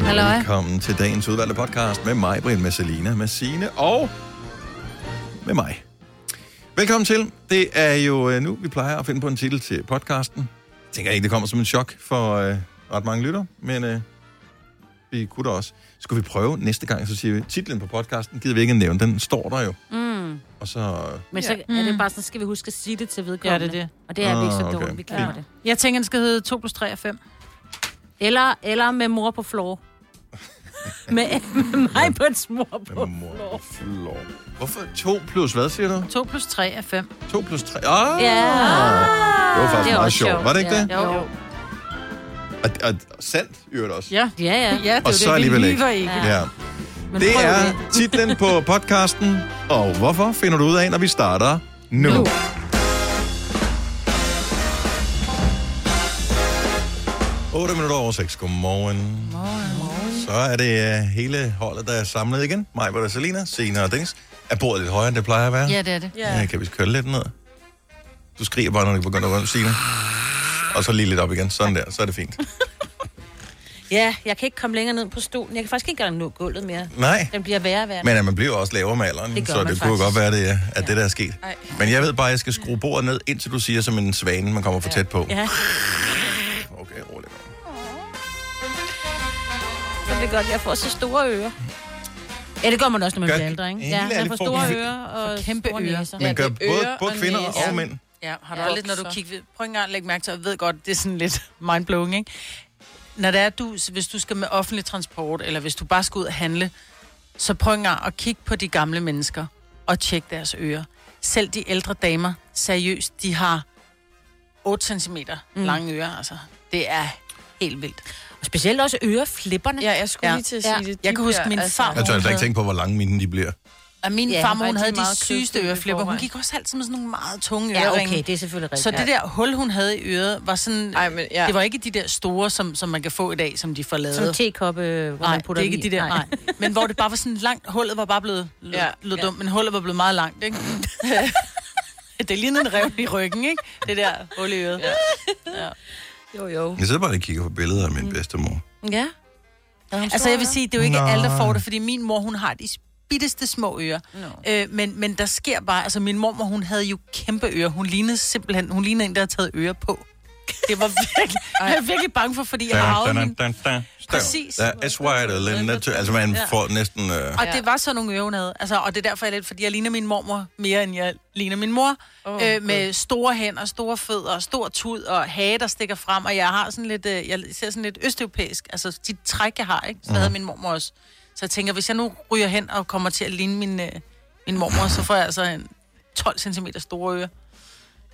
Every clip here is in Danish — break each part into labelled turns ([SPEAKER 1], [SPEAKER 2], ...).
[SPEAKER 1] halløj.
[SPEAKER 2] Velkommen til dagens udvalgte podcast med mig, Brian, med Selina, med Signe og med mig. Velkommen til. Det er jo øh, nu, vi plejer at finde på en titel til podcasten. Jeg tænker ikke, det kommer som en chok for øh, ret mange lytter, men øh, vi kunne da også. Skulle vi prøve næste gang, så siger vi titlen på podcasten, gider vi ikke nævne, den står der jo.
[SPEAKER 3] Mm.
[SPEAKER 2] Og så...
[SPEAKER 3] Men så er
[SPEAKER 4] Mm.
[SPEAKER 3] det bare sådan, så skal vi huske at sige det til vedkommende.
[SPEAKER 5] Ja, det er det.
[SPEAKER 3] Og det er vi ikke så
[SPEAKER 2] Ah, okay.
[SPEAKER 3] dårligt, vi glemmer det.
[SPEAKER 5] Jeg tænker, den skal hedde 2 plus 3 er 5.
[SPEAKER 3] Eller, eller med mor på floor. med, med mig på et mor på
[SPEAKER 2] Hvem er mor? Flår. Hvorfor 2 plus hvad, siger du?
[SPEAKER 5] 2 plus 3 er 5.
[SPEAKER 2] 2 plus 3? Ah,
[SPEAKER 3] Ja.
[SPEAKER 2] Det var
[SPEAKER 3] Det
[SPEAKER 2] faktisk det
[SPEAKER 3] er
[SPEAKER 2] var meget
[SPEAKER 3] også
[SPEAKER 2] sjovt.
[SPEAKER 3] sjovt,
[SPEAKER 2] Var det ikke
[SPEAKER 3] ja.
[SPEAKER 2] det?
[SPEAKER 5] Jo, jo.
[SPEAKER 2] Og, og, og sandt, i øvrigt også.
[SPEAKER 5] Ja.
[SPEAKER 3] Ja, ja.
[SPEAKER 5] Ja, det er jo
[SPEAKER 2] Og så
[SPEAKER 5] det,
[SPEAKER 2] alligevel
[SPEAKER 5] vi
[SPEAKER 2] ikke.
[SPEAKER 5] lyver ikke.
[SPEAKER 2] Ja.
[SPEAKER 3] Men
[SPEAKER 2] Det
[SPEAKER 3] prøv
[SPEAKER 2] er titlen på podcasten, og hvorfor finder du ud af, når vi starter nu.
[SPEAKER 3] Nu.
[SPEAKER 2] Otte minutter over 6. Godmorgen. Så er det øh, hele holdet, der er samlet igen. Mig, Britta, Selina, Sina og Dennis. Er bordet lidt højere, end det plejer at være?
[SPEAKER 5] Ja, det er det.
[SPEAKER 2] Ja. Kan vi køre lidt ned? Du skriger bare, når du begynder at røre Signe. Og så lige lidt op igen. Sådan der. Så er det fint.
[SPEAKER 3] Ja, jeg kan ikke komme længere ned på stolen. Jeg kan faktisk ikke engang nå gulvet mere.
[SPEAKER 2] Nej.
[SPEAKER 3] Den bliver værre og værre.
[SPEAKER 2] Men at man bliver jo også lavere med alderen,
[SPEAKER 3] Det gør
[SPEAKER 2] så det
[SPEAKER 3] man
[SPEAKER 2] kunne jo godt
[SPEAKER 3] faktisk.
[SPEAKER 2] være, det er, at det der er sket. Men jeg ved bare, at jeg skal skrue bordet ned, indtil du siger som en svane, man kommer for tæt på.
[SPEAKER 3] Ja,
[SPEAKER 2] Okay, rolig.
[SPEAKER 3] så er det godt, jeg får så store ører. Ja, det gør man også, når man
[SPEAKER 2] Gør-
[SPEAKER 3] bliver ældre, ikke?
[SPEAKER 2] En
[SPEAKER 3] Ja,
[SPEAKER 2] lille
[SPEAKER 3] jeg
[SPEAKER 2] er
[SPEAKER 3] får
[SPEAKER 2] det
[SPEAKER 3] store
[SPEAKER 2] for-
[SPEAKER 3] ører og
[SPEAKER 5] For kæmpe
[SPEAKER 3] store
[SPEAKER 5] ører.
[SPEAKER 3] næser.
[SPEAKER 2] Man gør
[SPEAKER 4] det er
[SPEAKER 2] både,
[SPEAKER 4] ører
[SPEAKER 2] både
[SPEAKER 4] og
[SPEAKER 2] kvinder
[SPEAKER 4] næse.
[SPEAKER 2] og mænd.
[SPEAKER 4] Ja, har du
[SPEAKER 5] Ja.
[SPEAKER 4] ja, lidt, når du
[SPEAKER 5] Bukser.
[SPEAKER 4] kigger... Prøv engang at lægge mærke til, jeg ved godt, det er sådan lidt mindblowing, ikke? Når det er, at du, hvis du skal med offentlig transport, eller hvis du bare skal ud og handle, så prøv engang at kigge på de gamle mennesker og tjek deres ører. Selv de ældre damer, seriøst, de har 8 cm
[SPEAKER 3] Mm.
[SPEAKER 4] lange ører, altså. Det er helt vildt.
[SPEAKER 3] Og specielt også øreflipperne.
[SPEAKER 4] Ja, jeg skulle lige til at sige det. Jeg kan huske, min far,
[SPEAKER 2] Jeg tør altså ikke tænke på, hvor lange mine de bliver.
[SPEAKER 4] og min
[SPEAKER 3] Ja,
[SPEAKER 4] ja,
[SPEAKER 3] og
[SPEAKER 4] farmor, hun
[SPEAKER 3] de er
[SPEAKER 4] havde de
[SPEAKER 3] meget
[SPEAKER 4] sygeste
[SPEAKER 3] kødfulde i
[SPEAKER 4] øreflipper. Hun
[SPEAKER 3] forvejen.
[SPEAKER 4] gik også altid med sådan nogle meget tunge
[SPEAKER 3] Ja,
[SPEAKER 4] øreringe.
[SPEAKER 3] okay, det er selvfølgelig rigtigt.
[SPEAKER 4] Så det der hul, hun havde i øret, var sådan...
[SPEAKER 6] Ej, men ja.
[SPEAKER 4] Det var ikke de der store, som, som man kan få i dag, som de får lavet.
[SPEAKER 3] Som tekoppe, hvor
[SPEAKER 4] nej,
[SPEAKER 3] man
[SPEAKER 4] det
[SPEAKER 3] putter
[SPEAKER 4] er ikke de
[SPEAKER 3] den i.
[SPEAKER 4] der. Nej. Men hvor det bare var sådan langt... Hullet var bare blevet... Lød,
[SPEAKER 6] Ja.
[SPEAKER 4] ja. lød dumt, men hullet var blevet meget langt, ikke? det lignede en revne i ryggen, ikke? Det der hul i øret. Ja.
[SPEAKER 6] Jo, jo.
[SPEAKER 2] Jeg sidder bare og kigger på billeder af min bedstemor.
[SPEAKER 3] Ja.
[SPEAKER 4] Altså, jeg vil sige, det er jo ikke
[SPEAKER 2] Nå.
[SPEAKER 4] alle, der får det, fordi min mor, hun har de bitteste små ører. Øh, men, men der sker bare... Altså, min mormor, hun havde jo kæmpe ører. Hun lignede simpelthen... Hun lignede en, der havde taget ører på. Det var virkelig... jeg er virkelig bange for, fordi jeg
[SPEAKER 2] Da,
[SPEAKER 4] har
[SPEAKER 2] da,
[SPEAKER 4] min...
[SPEAKER 2] da, da, da.
[SPEAKER 4] Præcis.
[SPEAKER 2] Da, As white a linda to- Altså, man får næsten... Øh,
[SPEAKER 4] Og det var sådan nogle ører, hun havde. Altså, og det er derfor, jeg er lidt, fordi jeg ligner min mormor mere, end jeg ligner min mor. Oh, øh, med store hænder, store fødder, og stor tud og hage, der stikker frem. Og jeg har sådan lidt, øh, jeg ser sådan lidt østeuropæisk. Altså, de træk, jeg har, ikke? Så
[SPEAKER 3] Mhm.
[SPEAKER 4] havde min mormor også. Så jeg tænker, hvis jeg nu ryger hen og kommer til at ligne min, øh, min mormor, så får jeg altså en 12 cm store ører. Det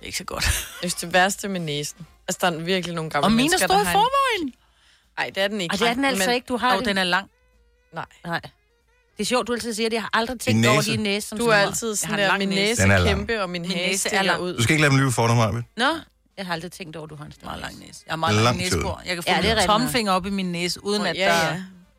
[SPEAKER 4] er ikke så godt.
[SPEAKER 6] Jeg synes, det værste med næsen. Altså, der er virkelig nogle gamle
[SPEAKER 4] Og mine er
[SPEAKER 6] mennesker,
[SPEAKER 4] store i
[SPEAKER 6] der har en...
[SPEAKER 4] forvejen.
[SPEAKER 6] Nej, det er den ikke.
[SPEAKER 3] Og det er den altså
[SPEAKER 6] Men-
[SPEAKER 3] ikke, du har
[SPEAKER 4] Og den er lang.
[SPEAKER 6] Nej.
[SPEAKER 3] Nej. Det er sjovt, du altid siger det. Jeg har aldrig tænkt
[SPEAKER 2] Din
[SPEAKER 3] over
[SPEAKER 2] næse.
[SPEAKER 3] din næse. Som
[SPEAKER 6] Du er
[SPEAKER 3] sådan
[SPEAKER 6] altid sådan
[SPEAKER 4] en
[SPEAKER 6] der,
[SPEAKER 4] lang
[SPEAKER 6] min
[SPEAKER 4] næse.
[SPEAKER 6] næse
[SPEAKER 2] Den er
[SPEAKER 6] er
[SPEAKER 2] lang.
[SPEAKER 6] kæmpe, og min hage
[SPEAKER 4] næse er
[SPEAKER 6] stikker
[SPEAKER 4] lang.
[SPEAKER 6] ud.
[SPEAKER 2] du skal ikke lade dem lyve for dig, Maja.
[SPEAKER 3] noget. Nå, jeg har aldrig tænkt over, du har en stor
[SPEAKER 4] Meget lang
[SPEAKER 3] næse.
[SPEAKER 4] næse. Jeg har meget lang
[SPEAKER 2] Langt ud.
[SPEAKER 4] næsebor. Jeg kan få
[SPEAKER 3] Ja, det er
[SPEAKER 4] ja, min
[SPEAKER 3] rigtigt nok.
[SPEAKER 4] tommelfinger op i min næse, uden at der...
[SPEAKER 6] Ja, ja.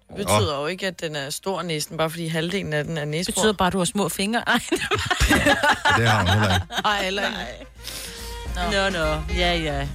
[SPEAKER 6] Det betyder jo ikke, at den er stor næsen, bare fordi halvdelen af den er Mhm. næsebor.
[SPEAKER 3] Det betyder bare, at du har små fingre. Ej,
[SPEAKER 2] Det har hun heller ikke.
[SPEAKER 4] Ej, heller ikke.
[SPEAKER 3] nå, nå. Ja, ja.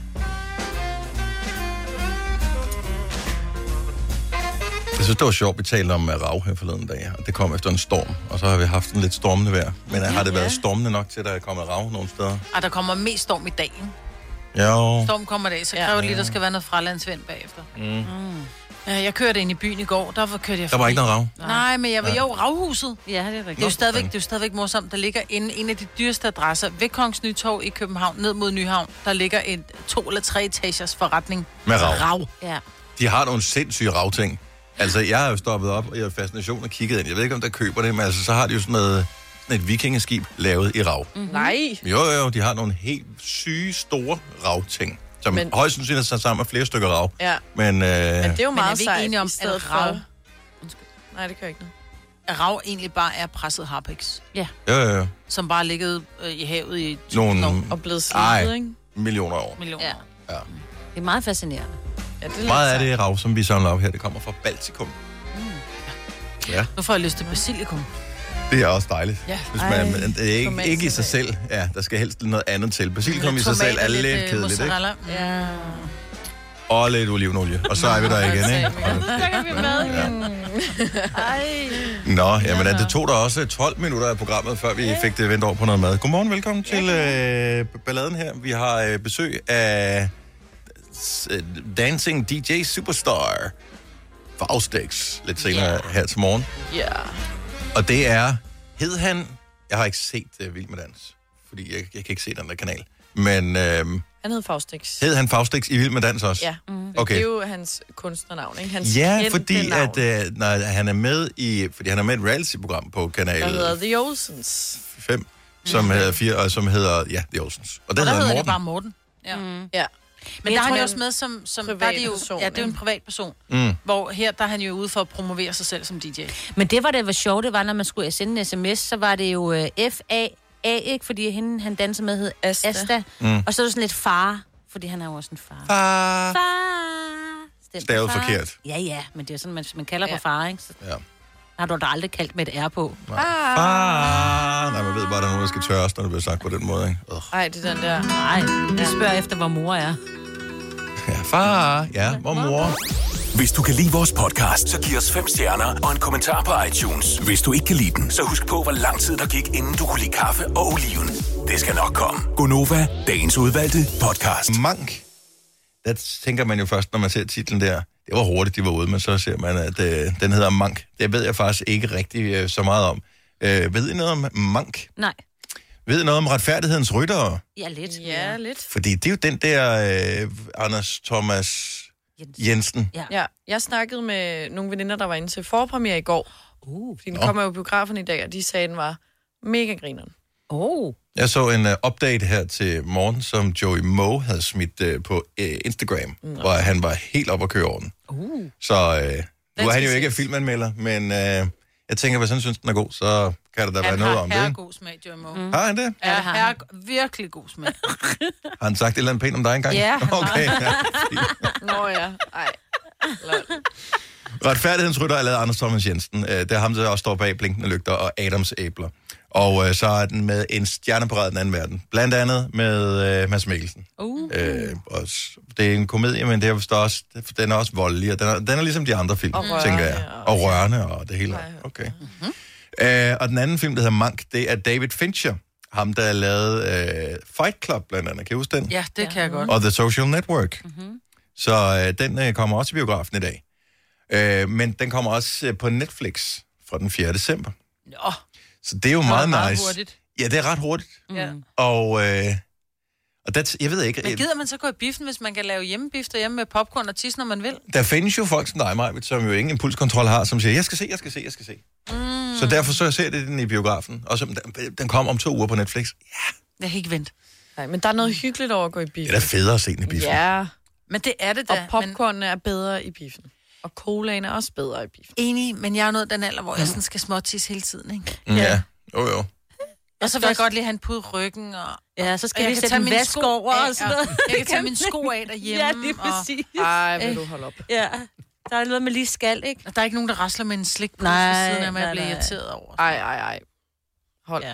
[SPEAKER 2] Jeg synes, det var sjovt, vi talte om øh, rav her forleden dag, og det kom efter en storm, og så har vi haft en lidt stormende vejr. Men har det været stormende nok til, at der er kommet rav nogle steder?
[SPEAKER 4] Ej, der kommer mest storm i dag. ikke?
[SPEAKER 2] Jo.
[SPEAKER 4] Storm kommer i dag, så kræver det lige, der skal være noget fralandsvind bagefter. Mm. Mm. Øh, Jeg kørte ind i byen i går, der var- kørte jeg
[SPEAKER 2] Der var
[SPEAKER 4] forbi-
[SPEAKER 2] ikke noget rav.
[SPEAKER 4] Nej, men jeg var jo ravhuset.
[SPEAKER 3] Ja, det er
[SPEAKER 4] Det er, jo
[SPEAKER 3] rigtigt.
[SPEAKER 4] stadigvæk, det er jo stadigvæk morsomt. Der ligger inde, en af de dyreste adresser ved Kongens Nytorv i København, ned mod Nyhavn. Der ligger en to eller tre etagers forretning.
[SPEAKER 2] Med rav.
[SPEAKER 4] Rav.
[SPEAKER 3] Ja.
[SPEAKER 2] De har nogle sindssyge ravting. Altså, jeg har jo stoppet op, og jeg har fascination og kigget ind. Jeg ved ikke, om der køber det, men altså, så har de jo sådan, noget, sådan et vikingeskib lavet i rav. Mm.
[SPEAKER 6] Nej.
[SPEAKER 2] Jo, jo, jo, de har nogle helt syge, store ravting, som men...
[SPEAKER 6] Men-
[SPEAKER 2] højst sandsynligt er sat sammen med flere stykker rav.
[SPEAKER 6] Ja.
[SPEAKER 2] Men, øh,
[SPEAKER 6] Men det er jo
[SPEAKER 4] Men er
[SPEAKER 6] meget
[SPEAKER 4] vi ikke
[SPEAKER 6] sejt.
[SPEAKER 4] enige om,
[SPEAKER 6] i stedet
[SPEAKER 4] at rav-
[SPEAKER 6] for- Nej, det kan jeg ikke noget.
[SPEAKER 4] At Rav egentlig bare er presset harpiks,
[SPEAKER 2] jo, jo, jo,
[SPEAKER 4] som bare ligger øh, i havet i tusind
[SPEAKER 2] nogle
[SPEAKER 4] år,
[SPEAKER 6] Og blevet
[SPEAKER 2] Ej.
[SPEAKER 6] slidet, ikke?
[SPEAKER 2] millioner år.
[SPEAKER 4] millioner.
[SPEAKER 3] ja.
[SPEAKER 4] Ja.
[SPEAKER 3] Det er meget fascinerende.
[SPEAKER 6] Ja, det er
[SPEAKER 2] Meget af
[SPEAKER 6] lidt Mm,
[SPEAKER 2] det rav, som vi samler op her, det kommer fra Baltikum.
[SPEAKER 4] Nu får jeg lyst til basilikum.
[SPEAKER 2] Det er også dejligt.
[SPEAKER 4] Ja.
[SPEAKER 2] Hvis man,
[SPEAKER 6] Ej,
[SPEAKER 2] men det er ikke, ikke i sig
[SPEAKER 6] tomatsalat.
[SPEAKER 2] selv. Ja, der skal helst noget andet til. Basilikum i sig selv er
[SPEAKER 4] Tomater,
[SPEAKER 2] lidt
[SPEAKER 4] øh,
[SPEAKER 2] kedeligt, ikke?
[SPEAKER 4] mozzarella. Mm.
[SPEAKER 3] Ja.
[SPEAKER 2] og lidt olivenolie. Og så er vi der igen, ikke?
[SPEAKER 6] Så kan vi med igen.
[SPEAKER 2] Nå, jamen ja. det tog da også 12 minutter af programmet, før vi fik det vendt over på noget mad. Godmorgen, velkommen til øh, balladen her. Vi har øh, besøg af s- øh, Dancing DJ Superstar fra Austex lidt senere yeah. her til morgen.
[SPEAKER 6] Ja.
[SPEAKER 2] Og det er, hed han, jeg har ikke set øh, Vild med Dans, fordi jeg, jeg kan ikke se den der kanal, men øh,
[SPEAKER 6] Han hed Faustix.
[SPEAKER 2] hed han Faustix i Vild med Dans også?
[SPEAKER 6] Ja.
[SPEAKER 2] Okay.
[SPEAKER 6] Det er jo hans kunstnernavn, ikke? Hans
[SPEAKER 2] Ja,
[SPEAKER 6] kendte
[SPEAKER 2] fordi
[SPEAKER 6] navn,
[SPEAKER 2] at, øh, når han er med i, fordi han er med i et reality-program på kanal
[SPEAKER 6] Der hedder The Olsens.
[SPEAKER 2] 5, som hedder 4, og som hedder, ja, The Olsens. Og den
[SPEAKER 4] Og der
[SPEAKER 2] hedder
[SPEAKER 4] hedder
[SPEAKER 2] Morten.
[SPEAKER 4] det bare Morten. Ja. Mm.
[SPEAKER 6] Ja.
[SPEAKER 4] Men
[SPEAKER 6] Jeg
[SPEAKER 4] der er
[SPEAKER 6] tror,
[SPEAKER 4] han
[SPEAKER 6] det
[SPEAKER 4] jo
[SPEAKER 6] er
[SPEAKER 4] også
[SPEAKER 6] en
[SPEAKER 4] med som, som der er det jo,
[SPEAKER 6] privatperson,
[SPEAKER 4] ja, det er jo en
[SPEAKER 6] ikke?
[SPEAKER 4] privatperson. Mm. Hvor her, der er han jo ude for at promovere sig selv som DJ.
[SPEAKER 3] Men det var det, hvor sjovt det var, når man skulle sende en sms, så var det jo øh, F-A-A, ikke? Fordi hende, han dansede med, hed
[SPEAKER 6] Asta.
[SPEAKER 3] Asta. Asta. Mm. Og så er det sådan lidt far, fordi han er jo også en far.
[SPEAKER 2] Ah.
[SPEAKER 3] Far! Stemt
[SPEAKER 2] Stavet forkert.
[SPEAKER 3] Ja, ja, men det er jo sådan, man, man kalder ja.
[SPEAKER 6] Ja.
[SPEAKER 3] på far, ikke? Så
[SPEAKER 2] Ja.
[SPEAKER 3] har du da aldrig kaldt med et R på.
[SPEAKER 2] Ah. Nej, man ved bare, at der er nogen, der skal tørres, når det bliver sagt på den måde, ikke? Ugh.
[SPEAKER 6] Ej, det er den der.
[SPEAKER 3] Nej, de spørger efter, hvor mor er.
[SPEAKER 2] Ja, far. Ja, hvor mor.
[SPEAKER 1] Hvis du kan lide vores podcast, så giv os fem stjerner og en kommentar på iTunes. Hvis du ikke kan lide den, så husk på, hvor lang tid der gik, inden du kunne lide kaffe og oliven. Det skal nok komme. Gonova, dagens udvalgte podcast.
[SPEAKER 2] Mank. Der tænker man jo først, når man ser titlen der. Det var hurtigt, de var ude, men så ser man, at øh, den hedder Mank. Det ved jeg faktisk ikke rigtig øh, så meget om. Øh, ved I noget om Mank?
[SPEAKER 3] Nej,
[SPEAKER 2] Ved I noget om retfærdighedens ryttere?
[SPEAKER 3] ja, lidt.
[SPEAKER 6] Ja, lidt.
[SPEAKER 2] Fordi det er jo den der øh, Anders Thomas
[SPEAKER 3] Jens.
[SPEAKER 2] Jensen.
[SPEAKER 3] Ja.
[SPEAKER 6] Ja, jeg snakkede med nogle veninder, der var inde til forpremiere i går.
[SPEAKER 3] Uh.
[SPEAKER 6] Fordi den kommer jo i biografen i dag, og de sagde, at den var mega grineren.
[SPEAKER 3] Oh.
[SPEAKER 2] Jeg så en uh, update her til morgen, som Joey Moe havde smidt uh, på uh, Instagram,
[SPEAKER 4] Mm,
[SPEAKER 2] Nå. hvor han var helt op at køre over den.
[SPEAKER 3] Uh.
[SPEAKER 2] Så uh, nu er han
[SPEAKER 6] skal
[SPEAKER 2] jo ikke
[SPEAKER 6] ses.
[SPEAKER 2] filmanmelder, men uh, jeg tænker, hvis han synes, den er god, så kan der da være
[SPEAKER 4] Han
[SPEAKER 2] noget
[SPEAKER 4] har
[SPEAKER 2] om det.
[SPEAKER 4] herre
[SPEAKER 2] ikke?
[SPEAKER 4] god smag, Jimmo. Mm.
[SPEAKER 2] Har han det?
[SPEAKER 3] det
[SPEAKER 4] Ja,
[SPEAKER 3] har
[SPEAKER 4] herre, virkelig god smag.
[SPEAKER 2] Har han sagt et eller andet pænt om dig engang?
[SPEAKER 4] Ja, han har.
[SPEAKER 2] okay. Ja.
[SPEAKER 6] Nå ja, ej. Lol.
[SPEAKER 2] Retfærdighedens rytter er lavet af Anders Thomas Jensen. Øh, Det er ham, der også står bag Blinkende Lygter og Adams Æbler. Og øh, så er den med en stjerneparade i den anden verden. Blandt andet med øh, Mads Mikkelsen.
[SPEAKER 3] Uh.
[SPEAKER 2] Øh, og s- det er en komedie, men det er vist også, den er også voldelig, og den er, den er ligesom de andre film,
[SPEAKER 6] Og rørende,
[SPEAKER 2] tænker jeg.
[SPEAKER 6] og- Mhm.
[SPEAKER 2] Og rørende og det hele. Okay. Øh, og den anden film, der hedder Mank, det er David Fincher. Ham, der lavede øh, Fight Club, blandt andet. Kan I huske den?
[SPEAKER 4] Ja, det ja. kan jeg godt.
[SPEAKER 2] og The Social Network. Mm-hmm. Så øh, den øh, kommer også i biografen i dag. Øh, men den kommer også øh, på Netflix fra den 4. december.
[SPEAKER 4] Nå,
[SPEAKER 2] Så det er jo meget, meget nice.
[SPEAKER 4] hurtigt.
[SPEAKER 2] Ja, det er ret hurtigt.
[SPEAKER 4] Ja.
[SPEAKER 2] Og, øh, og der, jeg ved ikke,
[SPEAKER 4] Men
[SPEAKER 2] øh,
[SPEAKER 4] gider man så gå i biffen, hvis man kan lave hjemmebif derhjemme med popcorn og tis, når man vil?
[SPEAKER 2] der findes jo folk som dig, Majbet, som jo ingen impulskontrol har, som siger, jeg skal se, jeg skal se, jeg skal se. Mm. Så derfor så ser det den i biografen. Og så, den, den kommer om to uger på Netflix.
[SPEAKER 4] Jeg kan ikke vente.
[SPEAKER 6] Nej, men der er noget hyggeligt over at gå i biffen.
[SPEAKER 2] Det er da federe at se den i biffen.
[SPEAKER 6] Ja,
[SPEAKER 4] Men det er det da.
[SPEAKER 6] og popcornene er bedre i biffen. Og colaen er også bedre i biffen. Mm.
[SPEAKER 4] Men, enig, men jeg er jo nået den alder, hvor jeg sådan skal småtis hele tiden, ikke?
[SPEAKER 2] Mm, ja. Jo, jo.
[SPEAKER 4] Og så vil Altså, jeg godt lige have en pude i ryggen, og,
[SPEAKER 3] Ja, så
[SPEAKER 4] og
[SPEAKER 3] skal
[SPEAKER 4] jeg
[SPEAKER 3] vi
[SPEAKER 4] kan
[SPEAKER 3] sætte
[SPEAKER 4] tage
[SPEAKER 3] en
[SPEAKER 4] mine
[SPEAKER 3] vask
[SPEAKER 4] sko
[SPEAKER 3] over
[SPEAKER 4] af,
[SPEAKER 3] og sådan noget.
[SPEAKER 4] Jeg kan tage mine sko af derhjemme.
[SPEAKER 3] Ja, lige præcis. Øh,
[SPEAKER 6] Ej, vil du holde op.
[SPEAKER 3] Ja. Der er noget med lige skal, ikke?
[SPEAKER 4] Og der er ikke nogen, der rasler med en slik på
[SPEAKER 3] Nej,
[SPEAKER 4] siden af mig, jeg
[SPEAKER 3] nej,
[SPEAKER 4] bliver
[SPEAKER 3] nej.
[SPEAKER 4] irriteret over.
[SPEAKER 6] Ej, ej, ej. Hold.
[SPEAKER 4] Ja.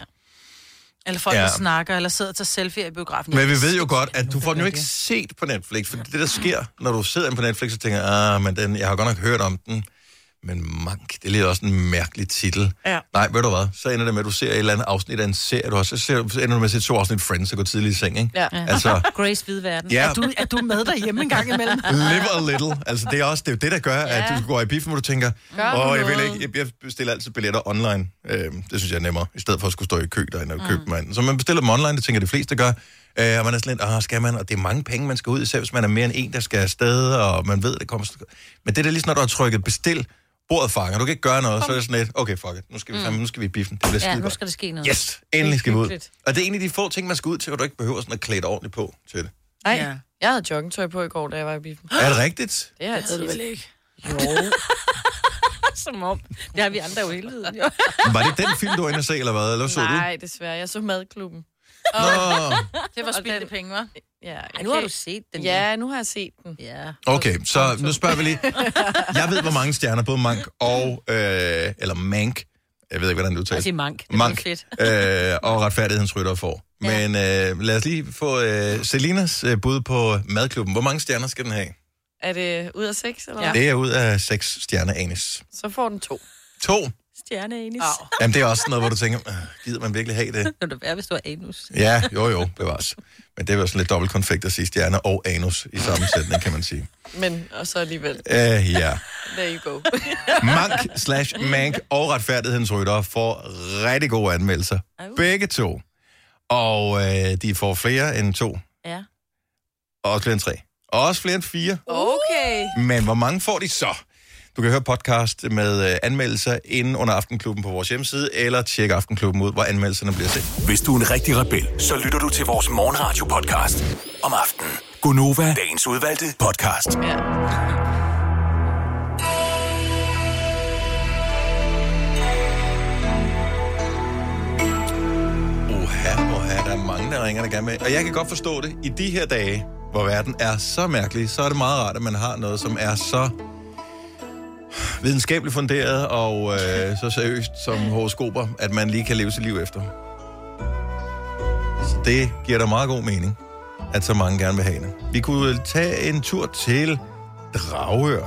[SPEAKER 4] Eller folk,
[SPEAKER 2] Ja.
[SPEAKER 4] ja. der snakker, eller sidder og tager selfie i biografen.
[SPEAKER 2] Men
[SPEAKER 4] Jeg
[SPEAKER 2] vi
[SPEAKER 4] kan
[SPEAKER 2] ved
[SPEAKER 4] se-
[SPEAKER 2] jo godt, at du får den jo ikke set på Netflix, for det der sker, når du sidder inde på Netflix og tænker, ah, men den, jeg har godt nok hørt om den, men Mank, det lyder også en mærkelig titel.
[SPEAKER 4] Ja.
[SPEAKER 2] Nej, ved du hvad, så ender det med, at du ser et eller andet afsnit af en serie, du har, så, ser, så ender du med at se to afsnit Friends og gå tidligt i seng, ikke?
[SPEAKER 6] Ja.
[SPEAKER 2] Altså,
[SPEAKER 3] Grace Hvide Verden.
[SPEAKER 2] ja,
[SPEAKER 4] Er du, er du med derhjemme en gang imellem?
[SPEAKER 2] live a little. Altså, det er også det, er jo det der gør, ja. at du går i biffen, hvor du tænker,
[SPEAKER 6] Gør
[SPEAKER 2] åh, oh, jeg vil
[SPEAKER 6] noget."
[SPEAKER 2] ikke, jeg, jeg bestiller altid billetter online. Øhm, det synes jeg er nemmere, i stedet for at skulle stå i kø derinde og købe dem derinde. Så man bestiller dem online, det tænker de fleste gør. Øh, og man er sådan lidt, åh, skal man, og det er mange penge, man skal ud, især hvis man er mere end en, der skal afsted, og man ved, det kommer... Men det er lige sådan, når du har trykket bestil, bordet fanger, du kan ikke gøre noget, så er det sådan lidt, okay, fuck it, nu skal vi, fandme, nu skal vi i biffen, det bliver
[SPEAKER 3] Ja,
[SPEAKER 2] skide
[SPEAKER 3] nu
[SPEAKER 2] godt.
[SPEAKER 3] skal der ske noget.
[SPEAKER 2] Yes, endelig skal vi ud.
[SPEAKER 6] hyggeligt.
[SPEAKER 2] Og det er en af de få ting, man skal ud til, hvor du ikke behøver sådan at klæde dig ordentligt på til det.
[SPEAKER 6] Nej,
[SPEAKER 4] Ja.
[SPEAKER 6] jeg havde joggingtøj på i går, da jeg var i biffen.
[SPEAKER 2] Er det rigtigt?
[SPEAKER 6] Det har jeg tit.
[SPEAKER 4] ikke.
[SPEAKER 3] Som om. Det har vi andre jo hele tiden.
[SPEAKER 2] Var det den film, du var inde og se, eller hvad? Eller så du?
[SPEAKER 6] Nej, desværre. Jeg så madklubben.
[SPEAKER 2] Nå,
[SPEAKER 4] Det var spildte penge, hva'?
[SPEAKER 6] Ja,
[SPEAKER 3] Ej, nu har du set den.
[SPEAKER 6] Ja, nu har jeg set den.
[SPEAKER 3] Ja.
[SPEAKER 2] okay, så nu spørger vi lige. Jeg ved, hvor mange stjerner både Mank og... Øh, eller Mank. Jeg ved ikke, hvordan det
[SPEAKER 3] Jeg
[SPEAKER 2] udtales.
[SPEAKER 3] siger mank. Det er
[SPEAKER 2] Mank
[SPEAKER 3] fedt.
[SPEAKER 2] øh, og retfærdighedens rytter får. Men øh, lad os lige få øh, Selinas øh, bud på madklubben. Hvor mange stjerner skal den have?
[SPEAKER 6] Er det ud af seks, eller
[SPEAKER 4] Ja.
[SPEAKER 6] ja.
[SPEAKER 2] Det er ud af seks stjerner anis.
[SPEAKER 6] Så får den to.
[SPEAKER 2] To.
[SPEAKER 3] Stjerne anis.
[SPEAKER 4] Au.
[SPEAKER 2] Jamen, det er også sådan noget, hvor du tænker, "Øh, gider man virkelig have det?
[SPEAKER 3] Det kunne det være, hvis du var anus.
[SPEAKER 2] Ja, jo jo, bevares. Men det er jo sådan lidt dobbelt konfekt at sige stjerner og anus i sammensætning, kan man sige.
[SPEAKER 6] Men, og så alligevel,
[SPEAKER 2] Uh, ja.
[SPEAKER 6] there you go.
[SPEAKER 2] Mank slash Mank og retfærdighedens rytter får rigtig gode anmeldelser. Begge to. Og øh, de får flere end to.
[SPEAKER 3] Ja.
[SPEAKER 2] Og også flere end tre. Og også flere end fire.
[SPEAKER 6] Okay.
[SPEAKER 2] Men hvor mange får de så? Du kan høre podcast med øh, anmeldelser inde under Aftenklubben på vores hjemmeside, eller tjek Aftenklubben ud, hvor anmeldelserne bliver sendt.
[SPEAKER 1] Hvis du er en rigtig rebel, så lytter du til vores morgenradio-podcast om aftenen. Gunova, dagens udvalgte podcast.
[SPEAKER 6] Ja.
[SPEAKER 2] Oha, oha, der er mange, der ringer, der gerne med. Og jeg kan godt forstå det. I de her dage, hvor verden er så mærkelig, så er det meget rart, at man har noget, som er så videnskabeligt funderet og øh, så seriøst som horoskoper, at man lige kan leve sit liv efter. Så det giver da meget god mening, at så mange gerne vil have det. Vi kunne tage en tur til Dragør.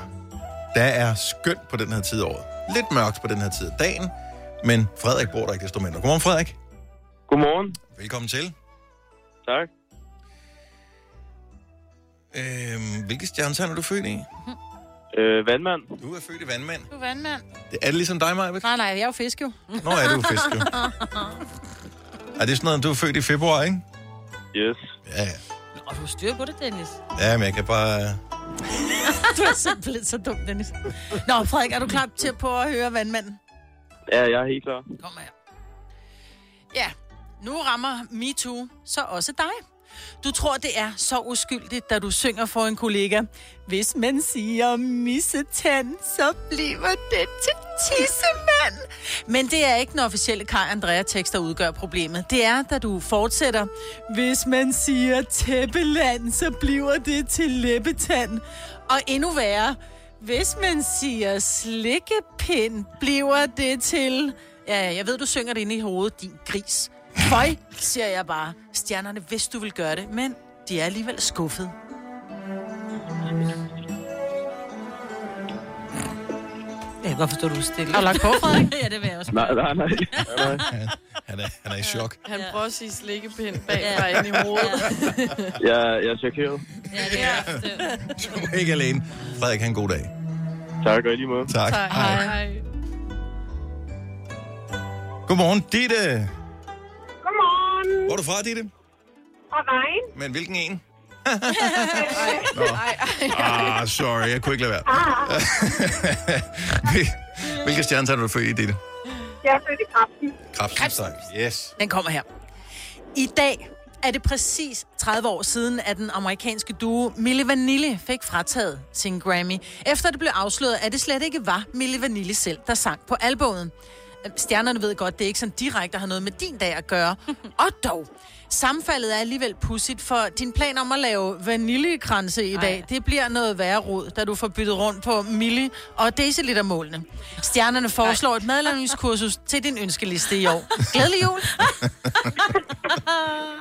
[SPEAKER 2] Der er skønt på den her tid af året. Lidt mørkt på den her tid af dagen, men Frederik bor der ikke desto mindre. Godmorgen, Frederik.
[SPEAKER 7] Godmorgen.
[SPEAKER 2] Velkommen til.
[SPEAKER 7] Tak.
[SPEAKER 2] Øhm, hvilke stjernetegn er du født i?
[SPEAKER 7] Øh, vandmand.
[SPEAKER 2] Du er født i vandmand.
[SPEAKER 4] Du er vandmand.
[SPEAKER 2] Det- Er det ligesom dig, Maja?
[SPEAKER 4] Nej, nej, jeg er jo fisk jo.
[SPEAKER 2] Nå, er du fisk, jo. Er det sådan noget, du er født i februar, ikke?
[SPEAKER 7] Yes.
[SPEAKER 2] Ja, ja.
[SPEAKER 3] Og du styrer på det, Dennis.
[SPEAKER 2] Ja, men jeg kan bare...
[SPEAKER 4] Du er simpelthen så dum, Dennis. Nå, Frederik, er du klar til på at høre vandmanden?
[SPEAKER 7] Ja, jeg er helt klar.
[SPEAKER 4] Kom her. Ja, nu rammer MeToo så også dig. Du tror, det er så uskyldigt, da du synger for en kollega. Hvis man siger missetand, så bliver det til tissemand. Men det er ikke den officielle Kai Andrea tekst, der udgør problemet. Det er, da du fortsætter. Hvis man siger tæppeland, så bliver det til læbetand. Og endnu værre. Hvis man siger slikkepind, bliver det til... Ja, ja, jeg ved, du synger det inde i hovedet, din gris. Føj, siger jeg bare. Stjernerne vidste, du vil gøre det, men de er alligevel skuffet.
[SPEAKER 3] Jeg kan godt forstå, du er stille.
[SPEAKER 4] Har du lagt på, Frederik?
[SPEAKER 3] ja, det vil jeg også.
[SPEAKER 7] Nej, nej, nej. nej, nej.
[SPEAKER 2] Han er, han er i chok.
[SPEAKER 6] Han
[SPEAKER 3] Ja.
[SPEAKER 6] prøver at sige slikkepind bagfra ind i hovedet.
[SPEAKER 7] Jeg, jeg er chokeret.
[SPEAKER 3] Ja, det er også.
[SPEAKER 2] Du er ikke alene. Frederik, han en god dag.
[SPEAKER 7] Tak, og i lige måde.
[SPEAKER 2] Tak.
[SPEAKER 6] Hej. Hej.
[SPEAKER 2] Godmorgen, Ditte.
[SPEAKER 8] Godmorgen
[SPEAKER 2] Hvor er du fra, Ditte?
[SPEAKER 8] og regn.
[SPEAKER 2] Men hvilken en?
[SPEAKER 6] Ej, ej.
[SPEAKER 2] Ah, sorry, jeg kunne ikke lade være. Hvil- Hvilke stjernetegn er du født i, Ditte?
[SPEAKER 8] Jeg er født i kraften.
[SPEAKER 2] Krebsens Yes.
[SPEAKER 4] Den kommer her. I dag er det præcis 30 år siden, at den amerikanske duo Milli Vanilli fik frataget sin Grammy, efter det blev afsløret, at det slet ikke var Milli Vanilli selv, der sang på albumet. Øh, Stjernerne ved godt, det er ikke sådan direkte har noget med din dag at gøre. Og dog, sammenfaldet er alligevel pudsigt, for din plan om at lave vaniljekranse i dag, det bliver noget værre rod, da du får byttet rundt på milli- og decilitermålene. Stjernerne foreslår et madlavningskursus til din ønskeliste i år. Glædelig jul!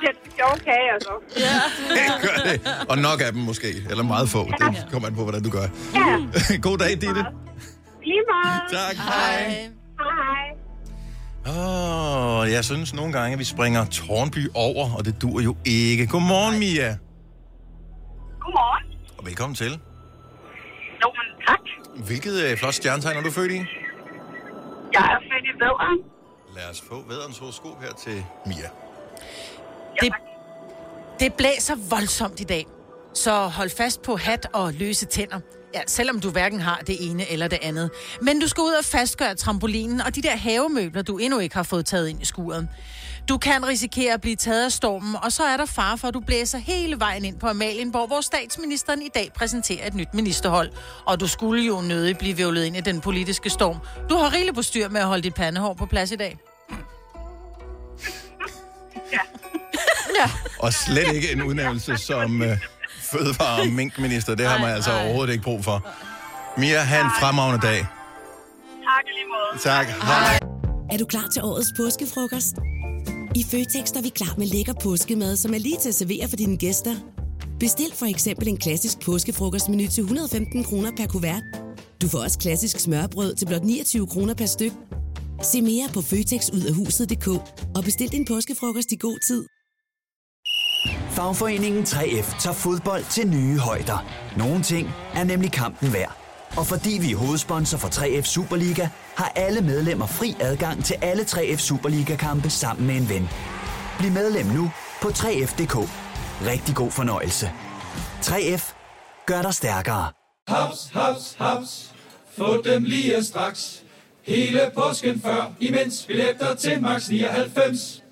[SPEAKER 8] Jeg er sjove kage, altså.
[SPEAKER 2] Gør det. Og nok af dem måske. Eller meget få. Det kommer an på, hvordan du gør.
[SPEAKER 8] Ja,
[SPEAKER 2] God dag, Ditte.
[SPEAKER 8] lige meget.
[SPEAKER 2] Tak. Hej.
[SPEAKER 8] Hej.
[SPEAKER 2] Åh, oh, jeg synes nogle gange, at vi springer Tornby over, og det dur jo ikke. Godmorgen, Mia.
[SPEAKER 8] Godmorgen.
[SPEAKER 2] Og velkommen til.
[SPEAKER 8] Jo, men tak.
[SPEAKER 2] Hvilket øh, flot stjernetegn er du født i?
[SPEAKER 8] Jeg er født i vædderen.
[SPEAKER 2] Lad os få vædderens horoskop her til Mia.
[SPEAKER 4] Det, det blæser voldsomt i dag, så hold fast på hat og løse tænder. Ja, selvom du hverken har det ene eller det andet. Men du skal ud og fastgøre trampolinen og de der havemøbler, du endnu ikke har fået taget ind i skuret. Du kan risikere at blive taget af stormen, og så er der fare for, at du blæser hele vejen ind på Amalienborg, hvor statsministeren i dag præsenterer et nyt ministerhold. Og du skulle jo nødig blive vævlet ind i den politiske storm. Du har rigeligt på styr med at holde dit pandehår på plads i dag.
[SPEAKER 2] Og slet ikke en udnævnelse som øh, fødevare- og minkminister. Det har man altså overhovedet ikke brug for. Mia, have en fremragende dag.
[SPEAKER 8] Tak i lige måde.
[SPEAKER 2] Tak. Hej.
[SPEAKER 9] Er du klar til årets påskefrokost? I Føtex er vi klar med lækker påskemad, som er lige til at servere for dine gæster.
[SPEAKER 8] Bestil for eksempel en klassisk påskefrokostmenu til 115 kroner per kuvert. Du får også klassisk smørbrød til blot 29 kroner per styk. Se mere på føtexudafhuset.dk og bestil din påskefrokost i god tid.
[SPEAKER 10] Fagforeningen 3F tager fodbold til nye højder. Nogle ting er nemlig kampen værd. Og fordi vi er hovedsponsor for 3F Superliga, har alle medlemmer fri adgang til alle 3F Superliga-kampe sammen med en ven. Bliv medlem nu på 3F.dk. Rigtig god fornøjelse. 3F gør dig stærkere.
[SPEAKER 11] Haps, haps, haps. Få dem lige straks. Hele påsken før, imens billetter til max 99.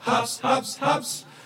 [SPEAKER 11] Haps, haps, haps.